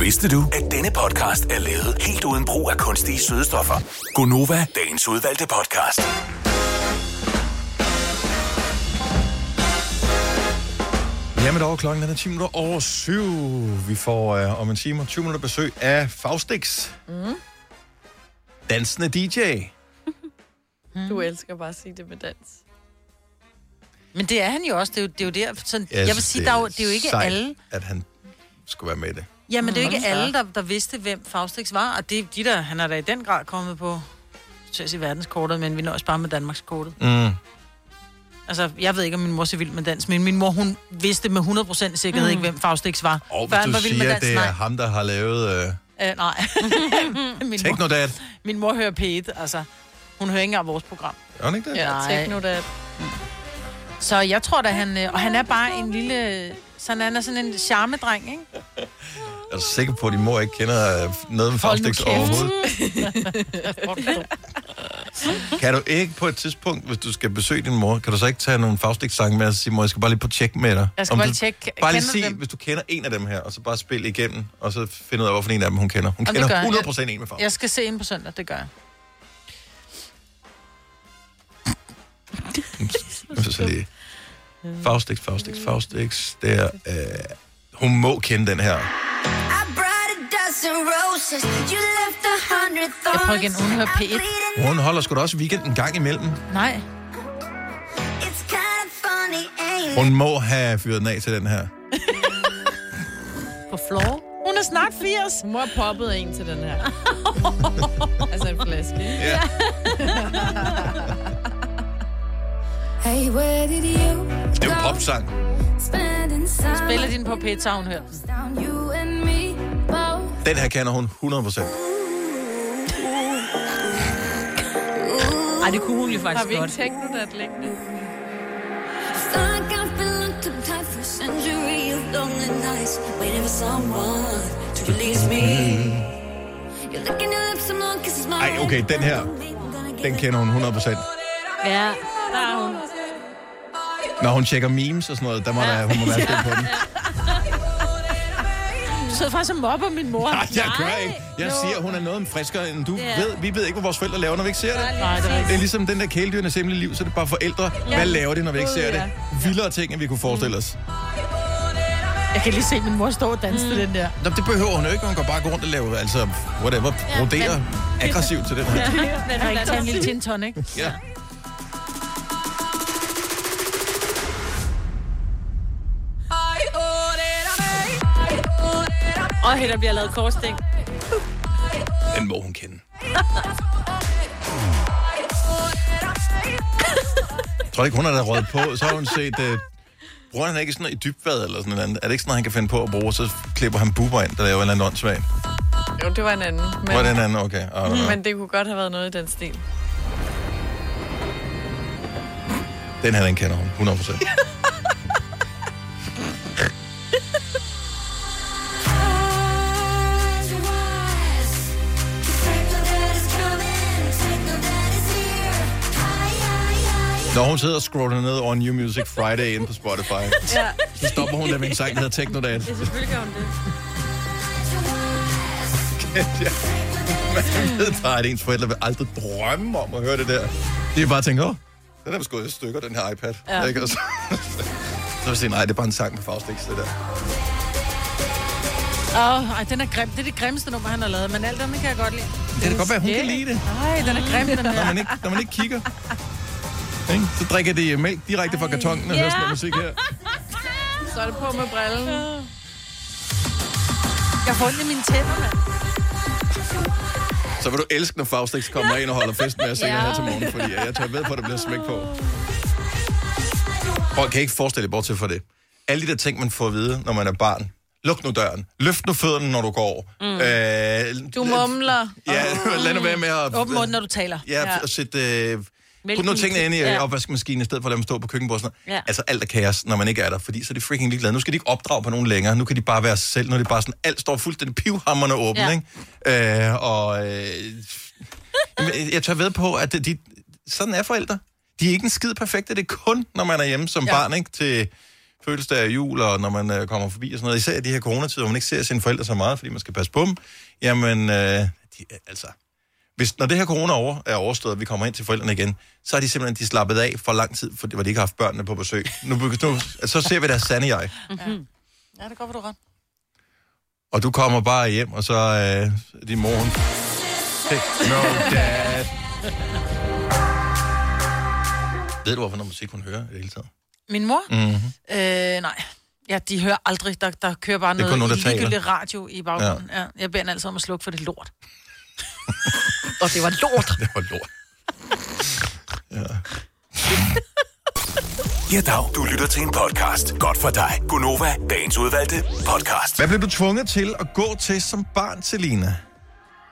[SPEAKER 1] Vidste du, at denne podcast er lavet helt uden brug af kunstige sødestoffer? Gonova, dagens udvalgte podcast.
[SPEAKER 2] Jamen dog, klokken den er 10 minutter over syv. Vi får øh, om en time og 20 minutter besøg af Faustix,
[SPEAKER 6] Mm.
[SPEAKER 2] dansende DJ.
[SPEAKER 3] Mm.
[SPEAKER 6] Du elsker bare at sige det med dans.
[SPEAKER 4] Men det er han jo også. Det er jo, det er jo der... Sådan,
[SPEAKER 2] Jeg
[SPEAKER 4] jeg, jeg vil
[SPEAKER 2] synes,
[SPEAKER 4] sige, der er jo, det er jo ikke
[SPEAKER 2] sejt,
[SPEAKER 4] alle...
[SPEAKER 2] at han skulle være med i det.
[SPEAKER 4] Ja, men det er jo ikke
[SPEAKER 2] Mhm.
[SPEAKER 4] alle, der, der vidste, hvem Faustix var. Og det, de der, han er da i den grad kommet på... Så jeg siger verdenskortet, men vi nøjes bare med Danmarkskortet.
[SPEAKER 2] Mm.
[SPEAKER 4] Altså, jeg ved ikke, om min mor er så vild med dans, men min mor, hun vidste med 100% sikkerhed
[SPEAKER 2] Mm.
[SPEAKER 4] ikke, hvem Faustix var.
[SPEAKER 2] Og
[SPEAKER 4] Før
[SPEAKER 2] hvis
[SPEAKER 4] han
[SPEAKER 2] du
[SPEAKER 4] var vild med
[SPEAKER 2] siger, at
[SPEAKER 4] dans,
[SPEAKER 2] det er
[SPEAKER 4] nej.
[SPEAKER 2] ham, der har lavet øh,
[SPEAKER 4] Øh, nej. min, mor,
[SPEAKER 2] Technodad.
[SPEAKER 4] min mor hører P1, altså. Hun hører ikke engang vores program.
[SPEAKER 2] Gør han ikke det?
[SPEAKER 4] Technodad. Så jeg tror da, han... øh, Og han er bare en lille... Sådan, han er sådan en charmedreng, ikke?
[SPEAKER 2] Er du sikker på, at din mor ikke kender øh, noget med Faustix overhovedet? Kan du ikke på et tidspunkt, hvis du skal besøge din mor, kan du så ikke tage nogle Faustix-sange med og sige, mor, jeg skal bare lige på tjek med dig?
[SPEAKER 4] Jeg skal
[SPEAKER 2] Om
[SPEAKER 4] bare
[SPEAKER 2] du-
[SPEAKER 4] lige tjekke,
[SPEAKER 2] Bare lige
[SPEAKER 4] kender du
[SPEAKER 2] sig,
[SPEAKER 4] dem?
[SPEAKER 2] hvis du kender en af dem her, og så bare spil igennem, og så finde ud af, hvorfor en af dem hun kender. Hun
[SPEAKER 4] Jamen, det gør
[SPEAKER 2] kender
[SPEAKER 4] jeg.
[SPEAKER 2] 100% en med Faustix.
[SPEAKER 4] Jeg skal se ind på søndag, det gør jeg.
[SPEAKER 2] Jeg synes, jeg lige. Faustix, Faustix, Faustix. Det er, øh, hun må kende den her.
[SPEAKER 4] Jeg prøver igen, hun hører P1.
[SPEAKER 2] Hun holder sgu da også weekend en gang imellem.
[SPEAKER 4] Nej.
[SPEAKER 2] Hun må have fyret den af til den her.
[SPEAKER 4] På floor. Hun er snart 80.
[SPEAKER 6] Hun må have poppet en til den her. altså en flaske.
[SPEAKER 2] Ja.
[SPEAKER 12] Hey, where did you
[SPEAKER 2] Det er jo popsang.
[SPEAKER 12] spend inside?
[SPEAKER 4] Spiller din på P1, så har hun hørt.
[SPEAKER 12] You and me both.
[SPEAKER 2] Den her kender hun 100%.
[SPEAKER 3] Ej, det kunne hun jo
[SPEAKER 6] Har
[SPEAKER 3] faktisk
[SPEAKER 6] vi ikke
[SPEAKER 3] godt.
[SPEAKER 6] tænkt nu, at liggende?
[SPEAKER 12] Like I've been locked up tight for century of lonely nights, waiting for someone to release me. You're licking your lips, I'm long kisses my
[SPEAKER 2] Ej, okay, den her, den kender hun
[SPEAKER 3] Ja,
[SPEAKER 2] 100%.
[SPEAKER 3] der er hun.
[SPEAKER 2] Når hun tjekker memes og sådan noget, der må være, hun må være spændt på den.
[SPEAKER 4] Du sidder faktisk og mobber min mor.
[SPEAKER 2] Nej, jeg gør ikke. Jeg siger, hun er noget friskere, end du
[SPEAKER 4] Ja.
[SPEAKER 2] ved. Vi ved ikke, hvad vores forældre laver, når vi ikke ser det.
[SPEAKER 4] Nej, det er rigtigt.
[SPEAKER 2] Det er ligesom den der kæledyrenes hemmelige liv, så det er bare forældre. Hvad laver de, når vi ikke ser det? Vildere ting, end vi kunne forestille
[SPEAKER 4] Mm.
[SPEAKER 2] os.
[SPEAKER 4] Jeg kan lige se min mor stå og danse til den der.
[SPEAKER 2] Nå, det behøver hun jo ikke. Hun går bare gå rundt og lave, altså, whatever, broderer aggressivt til den her.
[SPEAKER 4] Jeg kan ikke tage en lille gin tonic.
[SPEAKER 2] Ja.
[SPEAKER 3] Og her der bliver lavet korsting.
[SPEAKER 2] Den må hun kende. Jeg tror ikke, hun har da røget på. Så har hun set... Øh, bruger han ikke sådan noget i dybvad eller sådan noget andet? Er det ikke sådan noget, han kan finde på at bruge? Så klipper han buber ind, der laver en eller anden åndssvagt.
[SPEAKER 6] Jo, det var en anden. Men,
[SPEAKER 2] Hvor er den anden? Okay. Og,
[SPEAKER 6] Mm. Men det kunne godt have været noget i den stil.
[SPEAKER 2] Den her, den kender hun. 100 procent. Når hun sidder og scroller ned over New Music Friday inde på Spotify,
[SPEAKER 6] Ja.
[SPEAKER 2] så stopper hun der med en sang, der hedder Technodance.
[SPEAKER 6] selvfølgelig gør hun det.
[SPEAKER 2] Ja. Man ved bare, at ens forældre vil aldrig drømme om at høre det der. De vil bare tænke, åh, den er vist gået i stykker, den her iPad.
[SPEAKER 12] Ja.
[SPEAKER 2] Ja. Ikke? Og Så, så vil jeg sige, nej, det er bare en sang med Faustix, det der.
[SPEAKER 4] Åh, oh, den er grim. Det er det grimmeste nummer, han har lavet, men alt andet kan jeg godt lide.
[SPEAKER 2] Det kan godt være, hun kan lide det.
[SPEAKER 4] Nej, den er grim, den
[SPEAKER 2] Når
[SPEAKER 4] her.
[SPEAKER 2] man ikke, når man ikke kigger, ikke? så drikker de mælk direkte fra kartongen og hører sådan noget musik her.
[SPEAKER 4] Så er det på med brillen. Jeg får ondt i mine tænder, mand.
[SPEAKER 2] Så vil du elske, når Faustix kommer ind og holder fest med jer senere her til morgen, fordi jeg tager ved på, at der bliver smæk på. Folk kan ikke forestille jer bortset fra det. Alle de der ting, man får at vide, når man er barn. Luk nu døren. Løft nu fødderne, når du går over. Mm. Øh,
[SPEAKER 4] Du mumler.
[SPEAKER 2] Ja, lad nu være med at...
[SPEAKER 4] Åben mund, når du taler.
[SPEAKER 2] Ja, ja. og sætte... Øh,
[SPEAKER 4] Mælken
[SPEAKER 2] put nogle
[SPEAKER 4] i
[SPEAKER 2] tingene ind i
[SPEAKER 4] ja.
[SPEAKER 2] ja. opvaskemaskinen, i stedet for at lade dem stå på køkkenbordet. og Sådan noget.
[SPEAKER 4] Ja.
[SPEAKER 2] Ja. Altså alt er kaos, når man ikke er der, fordi så er de freaking ligeglade. Nu skal de ikke opdrage på nogen længere. Nu kan de bare være sig selv. Nu er det bare sådan, alt står fuldstændig pivhammerne åben,
[SPEAKER 12] Ja.
[SPEAKER 2] ja. ikke? Øh, og øh, jamen, jeg tør ved på, at de, sådan er forældre. De er ikke en skid perfekte. Det er kun, når man er hjemme som ja. barn, ikke? Til fødselsdag og jul, og når man øh, kommer forbi og sådan noget. Især i de her coronatider, hvor man ikke ser sine forældre så meget, fordi man skal passe på dem. Jamen, øh, de, altså, hvis, når det her corona er over, er overstået, og vi kommer ind til forældrene igen, så er de simpelthen de slappet af for lang tid, fordi hvor de ikke har haft børnene på besøg. Nu, nu altså, så ser vi deres sande jeg.
[SPEAKER 4] Mm-hmm. Ja, det går, hvor du ret.
[SPEAKER 2] Og du kommer bare hjem, og så øh, din mor, hun... Hey, no dad. Ved du, hvorfor noget musik hun hører i det hele taget?
[SPEAKER 4] Min mor?
[SPEAKER 2] Mm-hmm.
[SPEAKER 4] Øh, nej. Ja, de hører aldrig. Der, der kører bare
[SPEAKER 2] Det er
[SPEAKER 4] noget
[SPEAKER 2] kun nogen, der taler.
[SPEAKER 4] ligegyldigt radio i baggrunden. Ja. Ja, jeg beder hende altid om at slukke for det lort.
[SPEAKER 6] Og det var lort.
[SPEAKER 2] Det var lort.
[SPEAKER 1] Ja, dag. Du lytter til en podcast. Godt for dig. Gunova, dagens udvalgte podcast.
[SPEAKER 2] Hvad blev du tvunget til at gå til som barn, Selina?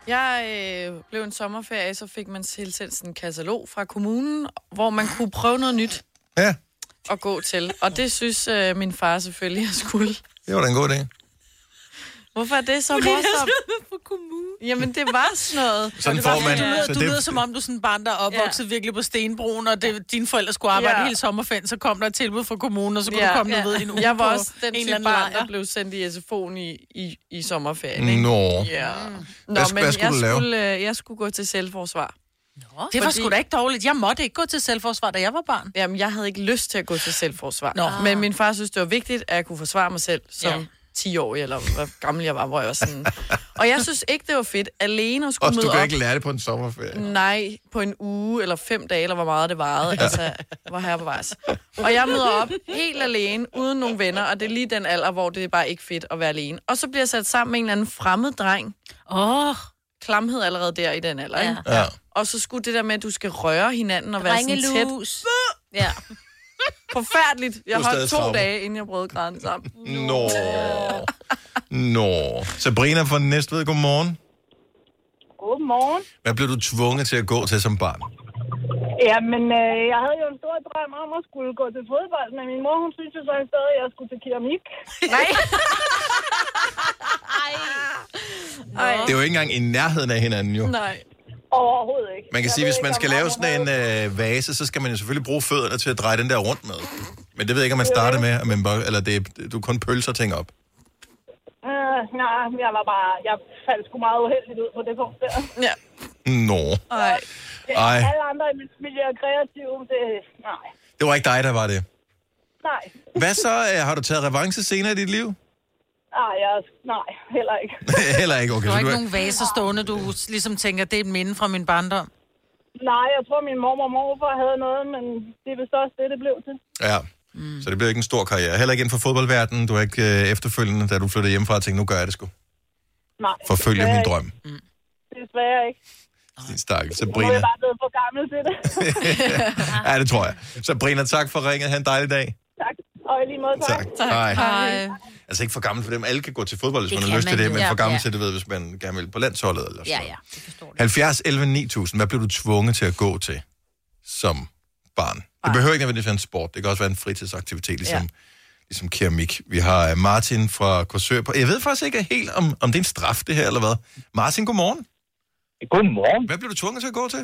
[SPEAKER 6] Jeg øh, blev en sommerferie, så fik man tilsendt sådan en katalog fra kommunen, hvor man kunne prøve noget nyt
[SPEAKER 2] Ja.
[SPEAKER 6] at gå til. Og det synes øh, min far selvfølgelig, jeg skulle.
[SPEAKER 2] Det var da en god idé.
[SPEAKER 6] Hvorfor er det så
[SPEAKER 4] Fordi jeg
[SPEAKER 6] morsomt? på kommunen. Jamen, det var sådan noget.
[SPEAKER 2] Sådan
[SPEAKER 6] Og det
[SPEAKER 2] får
[SPEAKER 6] var
[SPEAKER 2] man-
[SPEAKER 4] Du
[SPEAKER 6] sådan
[SPEAKER 4] lyder,
[SPEAKER 2] så
[SPEAKER 4] du
[SPEAKER 2] det-
[SPEAKER 4] lyder som om, du er sådan en barn, der er opvokset ja. virkelig på Stenbroen, og det, dine forældre skulle arbejde
[SPEAKER 6] Ja.
[SPEAKER 4] ja. hele sommerferien, så kom der et tilbud fra kommunen, og så kunne
[SPEAKER 6] Ja.
[SPEAKER 4] du komme
[SPEAKER 6] Ja.
[SPEAKER 4] ja. ved en uge
[SPEAKER 6] Jeg var
[SPEAKER 4] på
[SPEAKER 6] også den
[SPEAKER 4] en
[SPEAKER 6] type
[SPEAKER 4] eller anden
[SPEAKER 6] barn,
[SPEAKER 4] lejr.
[SPEAKER 6] der blev sendt i SFO'en i, i, i sommerferien. Ikke?
[SPEAKER 2] Nå.
[SPEAKER 6] Ja. Nå,
[SPEAKER 2] Hvad-
[SPEAKER 6] men
[SPEAKER 2] hvad skulle
[SPEAKER 6] jeg,
[SPEAKER 2] du lave?
[SPEAKER 6] Skulle, øh, jeg skulle gå til selvforsvar. Nå,
[SPEAKER 4] Det var sgu da ikke dårligt. Jeg måtte ikke gå til selvforsvar, da jeg var barn.
[SPEAKER 6] Jamen, jeg havde ikke lyst til at gå til selvforsvar.
[SPEAKER 4] Nå.
[SPEAKER 6] Nå. Men min far synes, det var vigtigt, at jeg kunne forsvare mig selv som
[SPEAKER 4] Ja.
[SPEAKER 6] 10 år eller hvor gammel jeg var, hvor jeg var sådan... og jeg synes ikke, det var fedt alene at skulle
[SPEAKER 2] Også, du
[SPEAKER 6] møde
[SPEAKER 2] kan
[SPEAKER 6] op.
[SPEAKER 2] ikke lære det på en sommerferie.
[SPEAKER 6] Nej, på en uge eller fem dage, eller hvor meget det varede. Altså, hvor her på vejs. Og jeg møder op helt alene, uden nogen venner, og det er lige den alder, hvor det er bare ikke fedt at være alene. Og så bliver jeg sat sammen med en eller anden fremmed dreng. Åh, oh. klamhed allerede der i den alder, ikke?
[SPEAKER 2] Ja.
[SPEAKER 6] Og så skulle det der med, at du skal røre hinanden og være sådan tæt.
[SPEAKER 3] Drengelus. Ja.
[SPEAKER 6] Forfærdeligt. Jeg
[SPEAKER 2] Du er
[SPEAKER 6] holdt
[SPEAKER 2] stadig
[SPEAKER 6] to
[SPEAKER 2] savnet.
[SPEAKER 6] dage, inden jeg brød græden sammen.
[SPEAKER 2] Nå. Nå. Sabrina fra Næstved, godmorgen.
[SPEAKER 13] Godmorgen.
[SPEAKER 2] Hvad blev du tvunget til at gå til som barn?
[SPEAKER 13] Jamen, øh, jeg havde jo en stor drøm om at skulle gå til fodbold, men min mor, hun synes jo så i stedet, at jeg skulle til keramik. Nej. Ej.
[SPEAKER 2] Det er jo ikke engang i nærheden af hinanden, jo.
[SPEAKER 6] Nej.
[SPEAKER 13] Overhovedet ikke.
[SPEAKER 2] Man kan
[SPEAKER 13] Jeg
[SPEAKER 2] sige,
[SPEAKER 13] ved
[SPEAKER 2] hvis man
[SPEAKER 13] ikke, om
[SPEAKER 2] skal lave sådan en øh, vase, så skal man jo selvfølgelig bruge fødderne til at dreje den der rundt med. Men det ved jeg ikke, om man starter med, at man bare, eller det, er- du kun pølser ting op.
[SPEAKER 13] Øh, nej, jeg var bare... Jeg faldt sgu meget uheldigt ud på det punkt der.
[SPEAKER 6] Ja.
[SPEAKER 2] Nå.
[SPEAKER 6] Ej.
[SPEAKER 2] Ej.
[SPEAKER 13] Alle andre i min familie er kreative. Det, nej.
[SPEAKER 2] Det var ikke dig, der var det.
[SPEAKER 13] Nej.
[SPEAKER 2] Hvad så? Øh, har du taget revanche senere i dit liv?
[SPEAKER 13] Nej, jeg, nej, heller ikke.
[SPEAKER 2] Heller ikke. Okay,
[SPEAKER 4] Du
[SPEAKER 2] så
[SPEAKER 4] har
[SPEAKER 2] du
[SPEAKER 4] ikke
[SPEAKER 2] er-
[SPEAKER 4] nogen vaser stående, du ligesom tænker, det er et minde fra min barndom.
[SPEAKER 13] Nej, jeg tror, min mormor og morfar havde noget, men det er vist også det, det blev til.
[SPEAKER 2] Ja. Mm. Så det blev ikke en stor karriere. Heller ikke inden for fodboldverdenen. Du er ikke øh, efterfølgende, da du flyttede hjemmefra, og tænkte, nu gør jeg det sgu.
[SPEAKER 13] Nej.
[SPEAKER 2] Forfølge
[SPEAKER 13] desværre
[SPEAKER 2] min
[SPEAKER 13] ikke.
[SPEAKER 2] drøm.
[SPEAKER 13] Desværre ikke.
[SPEAKER 2] Din stakkel.
[SPEAKER 13] Nu er
[SPEAKER 2] Sabrina.
[SPEAKER 13] jeg bare blevet for gammel til det.
[SPEAKER 2] ja, det tror jeg. Sabrina, tak for ringet. Ha' en dejlig dag.
[SPEAKER 13] tak. Og i lige måde, tak.
[SPEAKER 2] Tak. Tak. Hej. Hej. Altså ikke for gammel for dem. Alle kan gå til fodbold, hvis
[SPEAKER 13] Det
[SPEAKER 2] man har
[SPEAKER 13] kan
[SPEAKER 2] lyst til
[SPEAKER 13] man
[SPEAKER 2] det,
[SPEAKER 13] jo.
[SPEAKER 2] men for
[SPEAKER 13] Ja,
[SPEAKER 2] gammel
[SPEAKER 13] ja.
[SPEAKER 2] til det ved, hvis man gerne vil på landsholdet. Eller
[SPEAKER 13] Ja, ja.
[SPEAKER 2] 70, 11, 9000. Hvad blev du tvunget til at gå til som barn? Det behøver ikke nødvendigvis være en sport. Det kan også være en fritidsaktivitet, ligesom, ja. ligesom keramik. Vi har øh, Martin fra Korsør. På. Jeg ved faktisk ikke helt, om, om det er en straf, det her, eller hvad. Martin, godmorgen.
[SPEAKER 14] Godmorgen.
[SPEAKER 2] Hvad blev du tvunget til at gå til?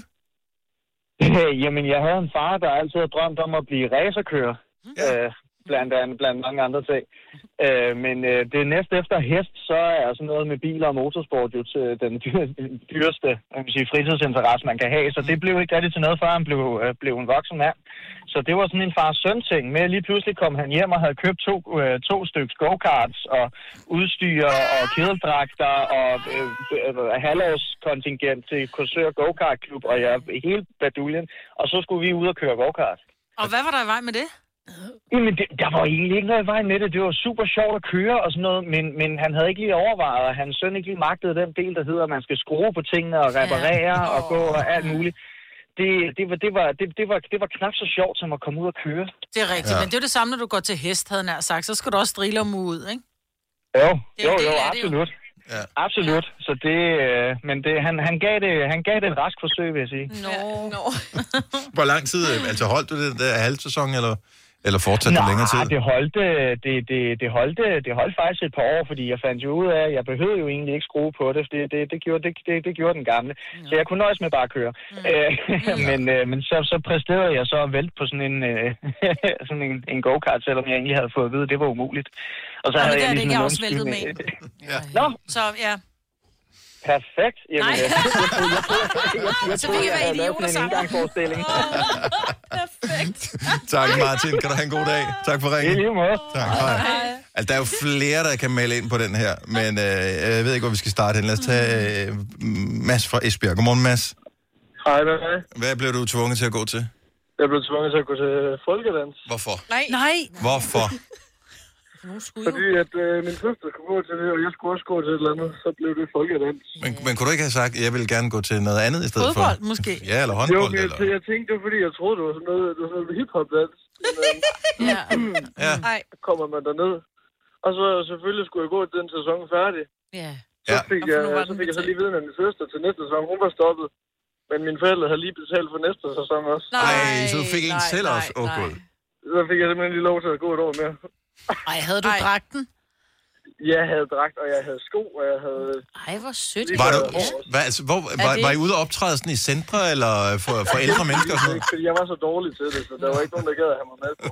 [SPEAKER 14] Jamen, jeg havde en far, der altid havde drømt om at blive racerkører. Ja. Øh, blandt, andet, blandt mange andre ting. Øh, men øh, det næste efter hest, så er sådan noget med biler og motorsport jo til den dyr- dyreste man kan sige, fritidsinteresse, man kan have. Så det blev ikke rigtig til noget, før han blev, øh, blev en voksen mand. Så det var sådan en far-søn-ting med, at lige pludselig kom han hjem og havde købt to, øh, to stykker go-karts og udstyr og kedeldragter og øh, øh, halvårskontingent til Korsør Go-Kart-klub og ja, hele baduljen. Og så skulle vi ud og køre go-kart.
[SPEAKER 4] Og hvad var der i vej med det?
[SPEAKER 14] Jamen, det, der var egentlig ikke noget i vejen med det. Det var super sjovt at køre og sådan noget, men, men han havde ikke lige overvejet, og hans søn ikke lige magtede den del, der hedder, at man skal skrue på tingene og reparere ja. og gå og alt muligt. Det, det, var, det, var, det, det, var, det var knap så sjovt, som at komme ud og køre.
[SPEAKER 4] Det er rigtigt,
[SPEAKER 14] Ja.
[SPEAKER 4] ja. men det er jo det samme, når du går til hest, havde jeg nær sagt. Så skal du også strille om ud, ikke?
[SPEAKER 14] Jo,
[SPEAKER 4] er
[SPEAKER 14] jo,
[SPEAKER 4] en del
[SPEAKER 14] jo,
[SPEAKER 4] af det, jo.
[SPEAKER 14] absolut. Ja. Absolut. Så det, øh, men det, han, han, gav det, han gav det et rask forsøg, vil jeg sige.
[SPEAKER 4] Nå.
[SPEAKER 6] Ja, no.
[SPEAKER 2] Hvor lang tid, øh, altså holdt du det der halv sæson, eller, eller fortsatte du
[SPEAKER 14] Nej,
[SPEAKER 2] længere tid?
[SPEAKER 14] det holdt, øh, det, det, det, holdt, øh, det holdt faktisk et par år, fordi jeg fandt jo ud af, at jeg behøvede jo egentlig ikke skrue på det, for det, det, det, gjorde, det, det, det gjorde den gamle. Så jeg kunne nøjes med bare at køre.
[SPEAKER 4] Mm.
[SPEAKER 14] Øh, men øh, men så, så præsterede jeg så at vælte på sådan en, øh, sådan en, en go-kart, selvom jeg egentlig havde fået at vide, at det var umuligt. Og så
[SPEAKER 4] Nå, men
[SPEAKER 14] havde
[SPEAKER 4] det
[SPEAKER 14] jeg
[SPEAKER 4] er det
[SPEAKER 14] ligesom
[SPEAKER 4] ikke,
[SPEAKER 14] en
[SPEAKER 4] jeg har også væltet med
[SPEAKER 14] undskyldning.
[SPEAKER 4] Ja.
[SPEAKER 14] Nå.
[SPEAKER 4] Så ja.
[SPEAKER 14] Perfekt. Jamen,
[SPEAKER 4] Nej.
[SPEAKER 14] jeg, jeg, jeg, jeg, jeg, jeg,
[SPEAKER 4] Så vi
[SPEAKER 14] troede,
[SPEAKER 4] kan
[SPEAKER 14] jeg,
[SPEAKER 4] være
[SPEAKER 14] havde lavet sådan
[SPEAKER 4] idioter
[SPEAKER 14] en
[SPEAKER 4] sammen.
[SPEAKER 14] engangsforestilling.
[SPEAKER 2] Tak Martin, kan du have en god dag. Tak for ringen. I
[SPEAKER 14] lige måde.
[SPEAKER 2] Tak, hej. Altså, der er jo flere, der kan melde ind på den her, men øh, jeg ved ikke, hvor vi skal starte hen. Lad os tage øh, Mads fra Esbjerg. Godmorgen, Mads.
[SPEAKER 7] Hej, hvad er det?
[SPEAKER 2] Hvad blev du tvunget til at gå til?
[SPEAKER 7] Jeg blev tvunget til at gå til folkedans.
[SPEAKER 2] Hvorfor?
[SPEAKER 4] Nej. Nej.
[SPEAKER 2] Hvorfor?
[SPEAKER 7] Fordi at øh, min søster skulle gå til det, og jeg skulle også gå til et eller andet, så blev det folkedans.
[SPEAKER 2] Men, men kunne du ikke have sagt, at jeg vil gerne gå til noget andet i stedet
[SPEAKER 7] Fodbold,
[SPEAKER 2] for?
[SPEAKER 4] måske.
[SPEAKER 2] Ja, eller
[SPEAKER 7] jo,
[SPEAKER 2] håndbold.
[SPEAKER 7] men jeg,
[SPEAKER 2] eller...
[SPEAKER 7] jeg tænkte, det var fordi, jeg troede, det var sådan noget, det var sådan noget hiphop-dans.
[SPEAKER 4] ja.
[SPEAKER 2] ja.
[SPEAKER 7] Så kommer man derned. Og så selvfølgelig skulle jeg gå den sæson færdig.
[SPEAKER 4] Ja.
[SPEAKER 7] Så fik, jeg, så fik jeg så lige viden af min søster til næste sæson. Hun var stoppet. Men mine forældre havde lige betalt for næste sæson også.
[SPEAKER 2] Nej, så du fik en selv også. Åh, oh, gud.
[SPEAKER 7] Så fik jeg simpelthen lige lov til at gå et år mere.
[SPEAKER 4] Ej, havde du dragten?
[SPEAKER 7] Jeg havde dragt, og jeg havde sko, og jeg havde...
[SPEAKER 3] Ej, hvor sødt.
[SPEAKER 2] Var du, hvad, altså, hvor,
[SPEAKER 7] Er
[SPEAKER 2] var,
[SPEAKER 7] det-
[SPEAKER 2] var I ude og optræde sådan i centre, eller for, for ældre mennesker? og Sådan noget?
[SPEAKER 7] Fordi jeg var så dårlig til det, så der var ikke nogen, der gad at have mig med på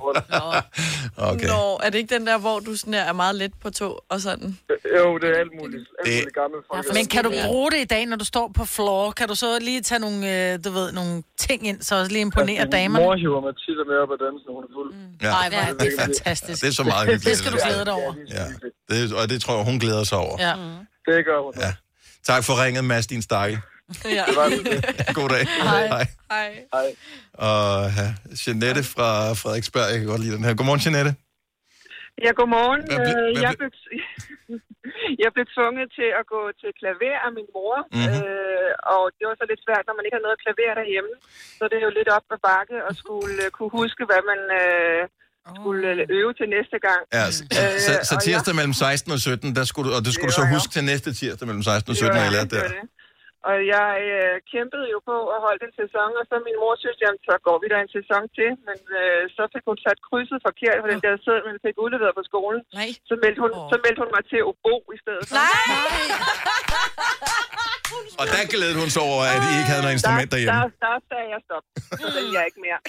[SPEAKER 7] hold.
[SPEAKER 2] Okay.
[SPEAKER 6] Nå, er det ikke den der, hvor du sådan er meget let på tog og sådan?
[SPEAKER 7] Jo, det er alt muligt. Alt muligt gammelt folk.
[SPEAKER 4] Men kan du bruge det i dag, når du står på floor? Kan du så lige tage nogle, øh, du ved, nogle ting ind, så også lige imponere
[SPEAKER 7] Altså,
[SPEAKER 4] damerne?
[SPEAKER 7] Min mor hiver mig tit og med op af dansen, når hun er fuld.
[SPEAKER 2] Ja.
[SPEAKER 4] Ej, hvor er det fantastisk.
[SPEAKER 2] Det er så meget hyggeligt.
[SPEAKER 4] Det skal du glæde dig over.
[SPEAKER 2] Ja, det, og det tror jeg, hun glæder sig over.
[SPEAKER 4] Ja.
[SPEAKER 7] Det gør hun.
[SPEAKER 2] Ja. Tak for ringet, Mads, din stakkel.
[SPEAKER 6] Ja.
[SPEAKER 2] God dag.
[SPEAKER 6] Hej. Hej.
[SPEAKER 7] Hej.
[SPEAKER 2] Og ja, Jeanette fra Frederiksberg, jeg kan godt lide den her. Godmorgen, Jeanette.
[SPEAKER 15] Ja, godmorgen.
[SPEAKER 2] Hvad ble-
[SPEAKER 15] Øh,
[SPEAKER 2] hvad
[SPEAKER 15] jeg, blev, jeg blev tvunget til at gå til klaver af min mor,
[SPEAKER 2] Mhm.
[SPEAKER 15] mm-hmm. øh, og det var så lidt svært, når man ikke har noget klaver derhjemme. Så det er jo lidt op ad bakke at skulle øh, kunne huske, hvad man øh, skulle øh, øve til næste gang.
[SPEAKER 2] Ja, så,
[SPEAKER 15] Øh,
[SPEAKER 2] så, så tirsdag mellem 16 og 17, der skulle du, og det skulle du så huske til næste tirsdag mellem 16 og 17, har jeg lærte der.
[SPEAKER 15] Og jeg øh, kæmpede jo på at holde den sæson, og så min mor synes, jamen så går vi der en sæson til. Men øh, så fik hun sat krydset forkert på den der sæd, men fik udleveret på skolen.
[SPEAKER 6] Nej.
[SPEAKER 15] Så, meldte hun, så meldte hun mig til obo i stedet for. Nej!
[SPEAKER 2] Og der glædede hun sig over, at I ikke havde noget instrument
[SPEAKER 15] Der,
[SPEAKER 2] derhjemme.
[SPEAKER 15] der sagde jeg stop. Så vil jeg ikke mere.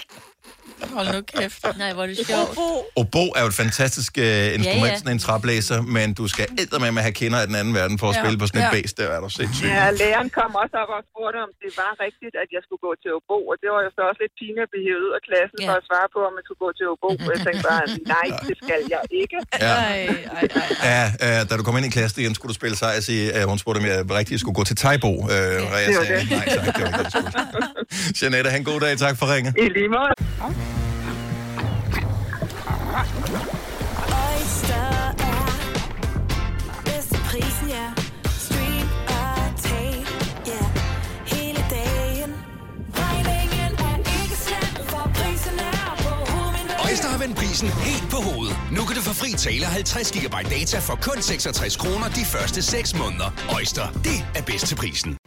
[SPEAKER 4] Hold nu kæft.
[SPEAKER 3] Nej, hvor er det sjovt.
[SPEAKER 2] Obo er jo et fantastisk øh, instrument,
[SPEAKER 15] Ja,
[SPEAKER 2] ja,
[SPEAKER 15] ja.
[SPEAKER 2] ja. sådan en traplæser, men du skal med at have kender af den anden verden for at
[SPEAKER 15] Ja.
[SPEAKER 2] ja. spille på sådan et
[SPEAKER 15] Ja.
[SPEAKER 2] ja. bass, der er du sindssygt.
[SPEAKER 15] Ja, læreren kom også op og spurgte, om det var rigtigt, at jeg skulle gå til Obo, og det var jo så også lidt pinligt at blive hævet ud af klassen for at svare på, om jeg skulle gå til Obo. Jeg tænkte bare, nej, det skal jeg ikke.
[SPEAKER 2] Ja.
[SPEAKER 6] Ej, ej, ej.
[SPEAKER 2] Ja, øh, da du kom ind i klassen igen, skulle du spille sejr og sige, øh, hun spurgte, om jeg rigtigt skulle gå til Taibo. Øh, ja, og jeg
[SPEAKER 15] det var
[SPEAKER 2] sagde,
[SPEAKER 15] det.
[SPEAKER 2] nej, tak, det var ikke det, jeg skulle." Jeanette, han god dag. Tak for ringet.
[SPEAKER 15] I lige måde.
[SPEAKER 12] Oyster er bedst til prisen, ja. Stream og tag, ja. Hele dagen. Regningen er ikke slem, for prisen er på hovedet.
[SPEAKER 16] Øjster har vendt prisen helt på hovedet. Nu kan du få fri tale 50 GB data for kun 66 kroner de første 6 måneder. Øjster, det er bedst til prisen.